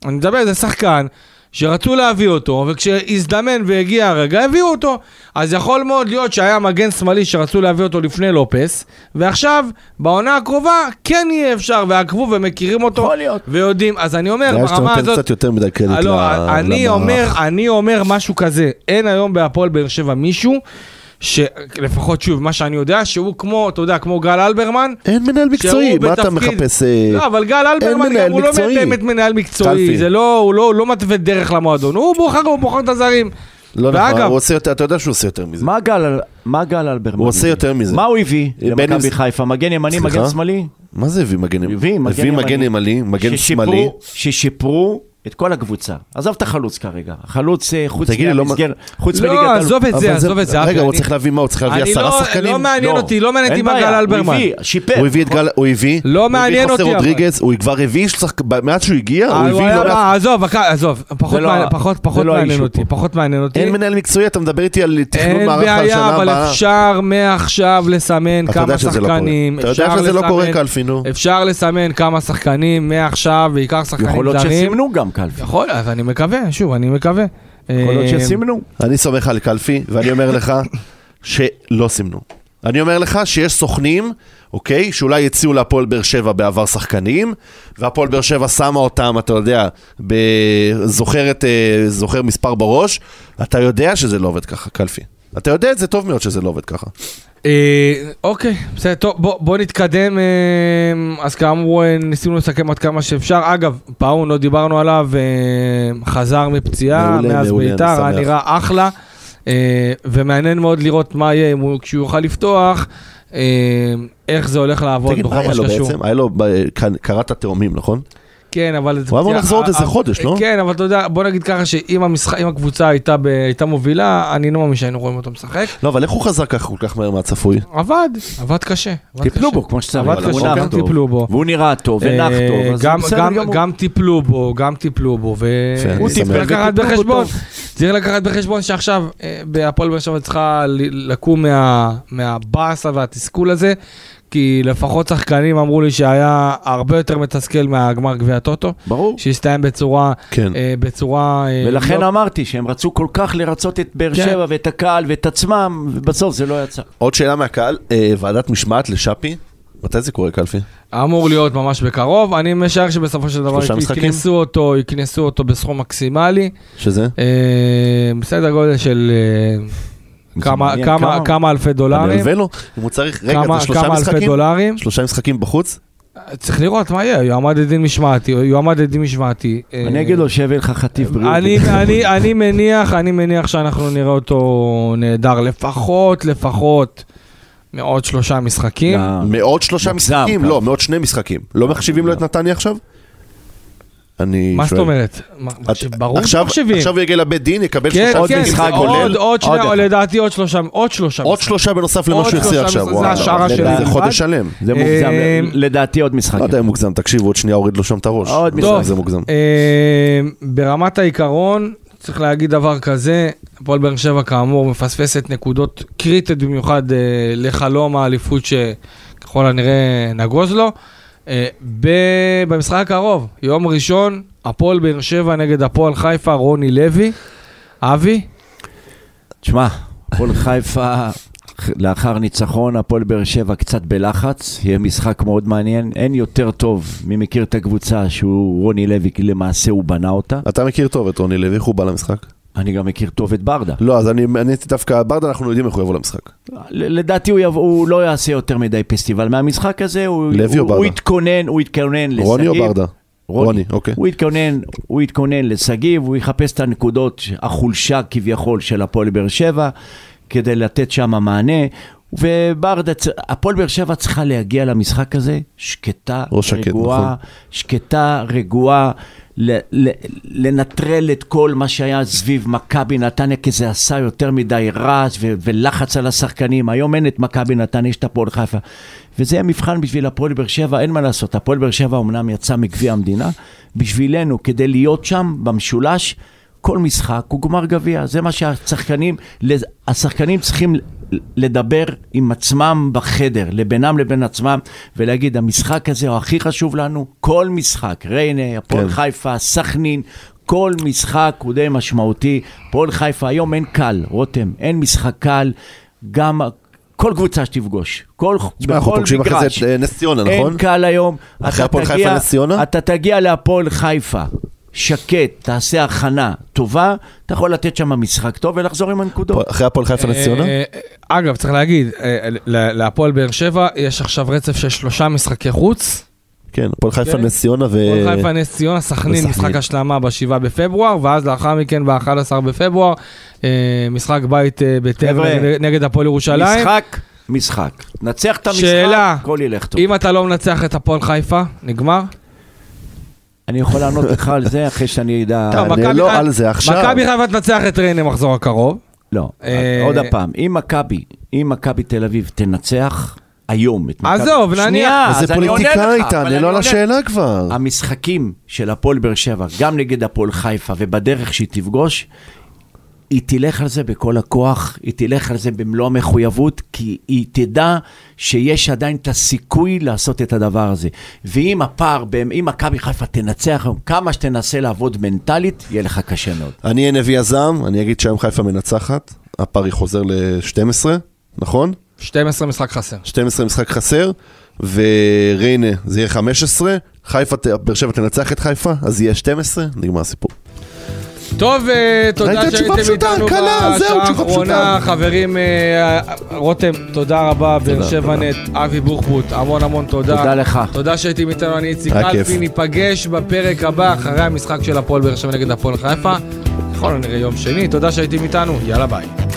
Speaker 2: אני מדבר, זה שחקן שרצו להביא אותו, וכשהזדמן והגיע הרגע, הביאו אותו. אז יכול מאוד להיות שהיה מגן שמאלי שרצו להביא אותו לפני לופס, ועכשיו, בעונה הקרובה, כן יהיה אפשר, ועקבו ומכירים אותו.
Speaker 3: יכול להיות.
Speaker 2: ויודעים, אז אני אומר,
Speaker 4: נראה שאתה
Speaker 2: ברמה
Speaker 4: נותן
Speaker 2: הזאת...
Speaker 4: קצת יותר מדי קרדיט ל-
Speaker 2: לא, אני אומר,
Speaker 4: למערך.
Speaker 2: אני אומר משהו כזה, אין היום בהפועל באר שבע מישהו, שלפחות שוב, מה שאני יודע, שהוא כמו, אתה יודע, כמו גל אלברמן,
Speaker 4: אין מנהל אה, מקצועי,
Speaker 2: שהוא
Speaker 4: מה אתה
Speaker 2: בתפקיד-
Speaker 4: מחפש? אה,
Speaker 2: לא, אבל גל אלברמן
Speaker 4: מנהל
Speaker 2: גם הוא לא
Speaker 4: מקצועי.
Speaker 2: באמת מנהל מקצועי,
Speaker 4: קלפי.
Speaker 2: זה לא, הוא לא, הוא לא מתווה דרך למועדון, הוא בוחר, הוא בוחר את הזרים.
Speaker 4: לא
Speaker 2: ואגב-
Speaker 4: נכון, הוא עושה יותר, אתה יודע שהוא עושה יותר מזה.
Speaker 3: מה גל, מה גל אלברמן?
Speaker 4: הוא עושה
Speaker 3: הביא?
Speaker 4: יותר מזה.
Speaker 3: מה הוא הביא
Speaker 4: בין אם
Speaker 3: למכבי
Speaker 4: זה-
Speaker 3: חיפה? מגן ימני,
Speaker 4: סליחה?
Speaker 3: מגן שמאלי?
Speaker 4: מה זה הביא מגן ימני?
Speaker 3: הביא מגן ימני.
Speaker 4: מגן ימני, מגן
Speaker 3: ששיפרו-
Speaker 4: שמאלי.
Speaker 3: ששיפרו את כל הקבוצה. עזוב את החלוץ כרגע. החלוץ אה, חוץ
Speaker 4: תגיד לי, לא מ-
Speaker 3: מהמסגרת, חוץ
Speaker 2: לא,
Speaker 3: מליגת האלופות.
Speaker 2: עזוב את זה,
Speaker 4: אבל
Speaker 2: עזוב את זה, אבי,
Speaker 4: רגע, הוא
Speaker 2: אני-
Speaker 4: צריך להביא מה? הוא צריך להביא
Speaker 2: אני
Speaker 4: עשרה
Speaker 2: לא-
Speaker 4: שחקנים?
Speaker 2: לא מעניין אותי, לא מעניין אותי
Speaker 3: אין
Speaker 2: מה
Speaker 3: בעיה,
Speaker 2: גל אלברמן.
Speaker 3: הוא הביא, שיפר.
Speaker 4: הוא הביא את גל, הוא הביא,
Speaker 2: לא מעניין
Speaker 4: הוא
Speaker 2: אותי,
Speaker 4: הביא
Speaker 2: אבל.
Speaker 4: את רודריגז, הוא כבר הביא, שחק- מאז שהוא הגיע,
Speaker 2: אה, הוא
Speaker 4: הוא הביא
Speaker 2: היה-
Speaker 4: לא מעט
Speaker 2: אה, עזוב, הק- עזוב, פחות
Speaker 3: לא-
Speaker 2: מעניין- פחות-
Speaker 3: זה
Speaker 2: פחות
Speaker 3: לא
Speaker 2: מעניין
Speaker 3: האישו
Speaker 2: אותי,
Speaker 3: פה.
Speaker 2: פחות מעניין אותי.
Speaker 4: אין מנהל מקצועי, אתה מדבר איתי על תכנון
Speaker 2: אין
Speaker 4: מערך על השנה
Speaker 2: בעיה, אבל
Speaker 4: הבאה.
Speaker 2: אפשר מעכשיו לסמן
Speaker 4: אתה
Speaker 2: כמה
Speaker 4: יודע שזה לא קורה.
Speaker 2: שחקנים.
Speaker 4: אתה יודע
Speaker 2: אפשר
Speaker 4: שזה לא
Speaker 2: לסמן-
Speaker 4: קורה, קלפי, נו.
Speaker 2: אפשר לסמן כמה שחקנים מעכשיו, בעיקר שחקנים זרים.
Speaker 3: יכול להיות שסימנו גם קלפי.
Speaker 2: יכול, אז אני מקווה, שוב, אני מקווה.
Speaker 3: יכול להיות
Speaker 2: אה,
Speaker 3: שסימנו.
Speaker 4: אני סומך על קלפי, ואני אומר לך שלא סימנו. אני אומר לך שיש סוכנים, אוקיי, שאולי הציעו להפועל באר שבע בעבר שחקנים, והפועל באר שבע שמה אותם, אתה יודע, ב... זוכר, את, אה, זוכר מספר בראש, אתה יודע שזה לא עובד ככה, קלפי. אתה יודע את זה טוב מאוד שזה לא עובד ככה.
Speaker 2: אה, אוקיי, בסדר, טוב, בוא, בוא נתקדם. אה, אז כאמור, אה, ניסינו לסכם עד כמה שאפשר. אגב, פאון, לא דיברנו עליו, אה, חזר מפציעה,
Speaker 4: מעולה,
Speaker 2: מאז
Speaker 4: מעולה, אני
Speaker 2: ביתר, היה
Speaker 4: שמח.
Speaker 2: נראה אחלה. אה, ומעניין מאוד לראות מה יהיה אם הוא, כשהוא יוכל לפתוח, אה, איך זה הולך לעבוד
Speaker 4: תגיד, מה
Speaker 2: בכל
Speaker 4: היה
Speaker 2: מה
Speaker 4: לו
Speaker 2: שקשור.
Speaker 4: בעצם? היה לו, ב- קר- קראת תאומים, נכון?
Speaker 2: כן, אבל... זה
Speaker 4: הוא אמור
Speaker 2: פציעה-
Speaker 4: לחזור עוד
Speaker 2: אה,
Speaker 4: איזה
Speaker 2: אה,
Speaker 4: חודש, לא?
Speaker 2: כן, אבל אתה יודע, בוא נגיד ככה, שאם המשחק- אם הקבוצה הייתה ב- הייתה מובילה, אני לא מאמין שהיינו רואים אותו משחק.
Speaker 4: לא, אבל איך הוא חזר ככה כל כך מהר מהצפוי?
Speaker 2: עבד, עבד קשה. עבד
Speaker 3: טיפלו
Speaker 2: קשה.
Speaker 3: בו כמו שצריך.
Speaker 2: עבד
Speaker 3: הוא
Speaker 2: קשה,
Speaker 3: נח
Speaker 2: גם
Speaker 3: טוב.
Speaker 2: טיפלו בו.
Speaker 3: והוא נראה טוב, ונח
Speaker 2: אה,
Speaker 3: טוב. אז
Speaker 2: גם-
Speaker 3: בסדר
Speaker 2: גם-
Speaker 3: גמור.
Speaker 2: גם טיפלו בו, גם טיפלו בו,
Speaker 4: יפה,
Speaker 2: והוא
Speaker 4: אני שמח.
Speaker 2: צריך לקחת
Speaker 3: וטיפלו בו
Speaker 2: בחשבון,
Speaker 3: טוב.
Speaker 2: צריך לקחת בחשבון שעכשיו אה, בהפועל באר שבע צריכה ל- לקום מה- מהבאסה והתסכול הזה, כי לפחות שחקנים אמרו לי שהיה הרבה יותר מתסכל מהגמר גביע הטוטו,
Speaker 3: ברור.
Speaker 2: שהסתיים בצורה,
Speaker 4: כן.
Speaker 2: אה, בצורה, אה,
Speaker 3: ולכן אמ-
Speaker 2: לא-
Speaker 3: אמרתי שהם רצו כל כך לרצות את באר
Speaker 2: כן.
Speaker 3: שבע ואת הקהל ואת עצמם, ובסוף זה לא יצא.
Speaker 4: עוד שאלה מהקהל, אה, ועדת משמעת לשאפי, מתי זה קורה, קלפי?
Speaker 2: אמור להיות ממש בקרוב, אני משער שבסופו של דבר
Speaker 4: שלושה משחקים?
Speaker 2: יכנסו אותו, יכנסו אותו בסכום מקסימלי.
Speaker 4: שזה?
Speaker 2: אה, בסדר גודל של אה, כמה-
Speaker 3: מעניין,
Speaker 2: כמה-
Speaker 3: כמה?
Speaker 2: כמה אלפי
Speaker 4: אני
Speaker 2: דולרים.
Speaker 4: אלווה לו, אם הוא צריך, רגע,
Speaker 2: כמה
Speaker 4: זה שלושה
Speaker 2: כמה אלפי
Speaker 4: משחקים?
Speaker 2: דולרים.
Speaker 4: שלושה משחקים בחוץ?
Speaker 3: אה.
Speaker 2: צריך לראות מה יהיה, יועמד לדין משמעתי, יועמד לדין משמעתי. אה,
Speaker 3: אני אגיד לו שיביא לך חטיף בריאות.
Speaker 2: אני, אני, אני מניח, אני מניח שאנחנו נראה אותו נהדר לפחות, לפחות מעוד שלושה משחקים.
Speaker 3: לא.
Speaker 4: מעוד שלושה
Speaker 3: מוגזם, כן. אה,
Speaker 4: משחקים?
Speaker 3: ככה.
Speaker 4: לא, מעוד שני משחקים. לא מחשיבים לו את נתניה עכשיו? אני
Speaker 2: מה זאת
Speaker 4: שואל.
Speaker 2: אומרת? מה-
Speaker 4: את-
Speaker 2: ברור
Speaker 4: עכשיו-
Speaker 2: שמחשבים.
Speaker 4: עכשיו הוא יגיע לבית דין, יקבל
Speaker 2: כן,
Speaker 4: שלושה
Speaker 2: כן,
Speaker 3: משחק
Speaker 2: עוד-
Speaker 3: כולל.
Speaker 2: עוד שנייה,
Speaker 4: עוד
Speaker 2: או לדעתי עוד שלושה, עוד שלושה.
Speaker 4: עוד
Speaker 2: משחקים.
Speaker 4: שלושה בנוסף למה
Speaker 2: עוד
Speaker 4: שהוא החזיר
Speaker 2: שלושה
Speaker 4: עכשיו.
Speaker 2: משחק, זה
Speaker 4: וואי,
Speaker 2: השערה
Speaker 4: זה
Speaker 2: שלי.
Speaker 4: חודש שלם.
Speaker 3: זה מוגזם,
Speaker 2: אה,
Speaker 3: לדעתי עוד משחק.
Speaker 4: לא יודע אם מוגזם, תקשיב, עוד שנייה הוריד לו שם את הראש.
Speaker 3: עוד
Speaker 4: לא,
Speaker 2: טוב,
Speaker 4: זה מוגזם.
Speaker 2: אה, ברמת העיקרון, צריך להגיד דבר כזה, הפועל באר שבע כאמור מפספסת נקודות קריטיות במיוחד אה, לחלום האליפות שככל הנראה נגוז לו. אה, ב- במשחק הקרוב, יום ראשון, הפועל באר שבע נגד הפועל חיפה, רוני לוי. אבי?
Speaker 3: תשמע, הפועל חיפה לאחר ניצחון, הפועל באר שבע קצת בלחץ, יהיה משחק מאוד מעניין. אין יותר טוב, מי מכיר את הקבוצה שהוא רוני לוי, כי למעשה הוא בנה אותה.
Speaker 4: אתה מכיר טוב את רוני לוי, איך הוא בא למשחק?
Speaker 3: אני גם מכיר טוב את ברדה.
Speaker 4: לא, אז אני אני הייתי דווקא, ברדה אנחנו יודעים איך הוא יבוא למשחק.
Speaker 3: נכון, ל- לדעתי הוא, יבוא, הוא לא יעשה יותר מדי פסטיבל מהמשחק הזה, הוא,
Speaker 4: לוי או
Speaker 3: הוא, הוא
Speaker 4: ברדה?
Speaker 3: יתכונן, הוא יתכונן לשגיב.
Speaker 4: רוני או ברדה?
Speaker 3: רוני,
Speaker 4: רוני, אוקיי.
Speaker 3: הוא יתכונן, הוא יתכונן לשגיב, הוא יחפש את הנקודות, החולשה כביכול של הפועל באר שבע, כדי לתת שם מענה. וברדה, צ- הפועל באר שבע צריכה להגיע למשחק הזה שקטה,
Speaker 4: או שקט,
Speaker 3: רגועה,
Speaker 4: נכון.
Speaker 3: שקטה, רגועה, ל- ל- לנטרל את כל מה שהיה סביב מכבי נתניה, כי זה עשה יותר מדי רעש ו- ולחץ על השחקנים. היום אין את מכבי נתניה, יש את הפועל חיפה. וזה המבחן בשביל הפועל באר שבע, אין מה לעשות. הפועל באר שבע אמנם יצא מגביע המדינה, בשבילנו, כדי להיות שם, במשולש, כל משחק הוא גמר גביע. זה מה שהשחקנים, לז- השחקנים צריכים לדבר עם עצמם בחדר, לבינם לבין עצמם, ולהגיד, המשחק הזה הוא הכי חשוב לנו, כל משחק, ריינה, הפועל
Speaker 4: כן.
Speaker 3: כן. חיפה, סכנין, כל משחק הוא די משמעותי. הפועל חיפה, היום אין קל, רותם, אין משחק קל, גם... כל קבוצה שתפגוש, כל,
Speaker 4: תשמע, אנחנו
Speaker 3: בכל
Speaker 4: פוגשים אחרי זה
Speaker 3: מגרש.
Speaker 4: את אה, נס ציונה, נכון?
Speaker 3: אין קל היום.
Speaker 4: אחרי
Speaker 3: אתה
Speaker 4: הפועל
Speaker 3: תגיע-
Speaker 4: חיפה נס ציונה?
Speaker 3: אתה תגיע להפועל חיפה, שקט, תעשה הכנה טובה, אתה יכול לתת שם משחק טוב ולחזור עם הנקודות.
Speaker 4: אחרי הפועל חיפה נס ציונה?
Speaker 2: אה, אה, אגב, צריך להגיד, אה, ל- להפועל באר שבע יש עכשיו רצף של שלושה משחקי חוץ.
Speaker 4: כן, הפועל חיפה
Speaker 2: כן.
Speaker 4: נס ציונה ו...
Speaker 3: אה,
Speaker 2: הפועל חיפה נס ציונה, סכנין,
Speaker 4: וסכנין.
Speaker 2: משחק השלמה ב-7 בפברואר, ואז לאחר מכן ב-11 בפברואר, אה, משחק בית אה, בטבע
Speaker 3: חבר'ה,
Speaker 2: נגד- נגד הפועל ירושלים.
Speaker 3: משחק, משחק. נצח את המשחק,
Speaker 2: שאלה.
Speaker 3: הכל ילך טוב.
Speaker 2: אם אתה לא מנצח את הפועל חיפה, נגמר.
Speaker 3: אני יכול לענות לך על זה אחרי שאני אדע...
Speaker 2: טוב,
Speaker 4: אני
Speaker 2: מכבי
Speaker 4: לא
Speaker 2: חיפה-
Speaker 4: על זה עכשיו.
Speaker 2: מכבי חיפה תנצח את ריינה מחזור הקרוב.
Speaker 3: לא,
Speaker 2: אה,
Speaker 3: עוד פעם, אם מכבי, אם מכבי תל אביב תנצח היום את מכבי...
Speaker 2: עזוב, נניח.
Speaker 3: שנייה,
Speaker 4: אז
Speaker 3: אז
Speaker 4: זה
Speaker 3: אני עונה לך,
Speaker 4: פוליטיקאי,
Speaker 3: אבל
Speaker 4: תענה
Speaker 3: אני
Speaker 4: לו על
Speaker 3: עונה-
Speaker 4: השאלה כבר.
Speaker 3: המשחקים של הפועל באר שבע, גם נגד הפועל חיפה ובדרך שהיא תפגוש, היא תלך על זה בכל הכוח, היא תלך על זה במלוא המחויבות, כי היא תדע שיש עדיין את הסיכוי לעשות את הדבר הזה. ואם הפער, בין- אם מכבי חיפה תנצח, כמה שתנסה לעבוד מנטלית, יהיה לך קשה מאוד.
Speaker 4: אני אהיה נביא יזם, אני אגיד שהיום חיפה מנצחת, הפער היא חוזר ל-12, נכון?
Speaker 2: 12 משחק חסר.
Speaker 4: 12 משחק חסר, וריינה זה יהיה 15, חיפה, ת- באר שבע תנצח את חיפה, אז יהיה 12, נגמר הסיפור.
Speaker 2: טוב, אה, תודה
Speaker 4: הייתה תשובה
Speaker 2: שהייתם
Speaker 4: פשוטה,
Speaker 2: איתנו
Speaker 4: קלה, זהו,
Speaker 2: בשעה
Speaker 4: תשובה
Speaker 2: האחרונה.
Speaker 4: פשוטה.
Speaker 2: חברים, אה, רותם, תודה רבה, באר שבע נט, אבי בוחבוט, המון המון תודה.
Speaker 3: תודה לך.
Speaker 2: תודה שהייתם איתנו, אני איציק
Speaker 4: היה
Speaker 2: אלפי,
Speaker 4: כיף.
Speaker 2: ניפגש בפרק הבא, אחרי המשחק של הפועל באר שבע נגד הפועל חיפה. יכול להיות נראה יום שני, תודה שהייתם איתנו, יאללה ביי.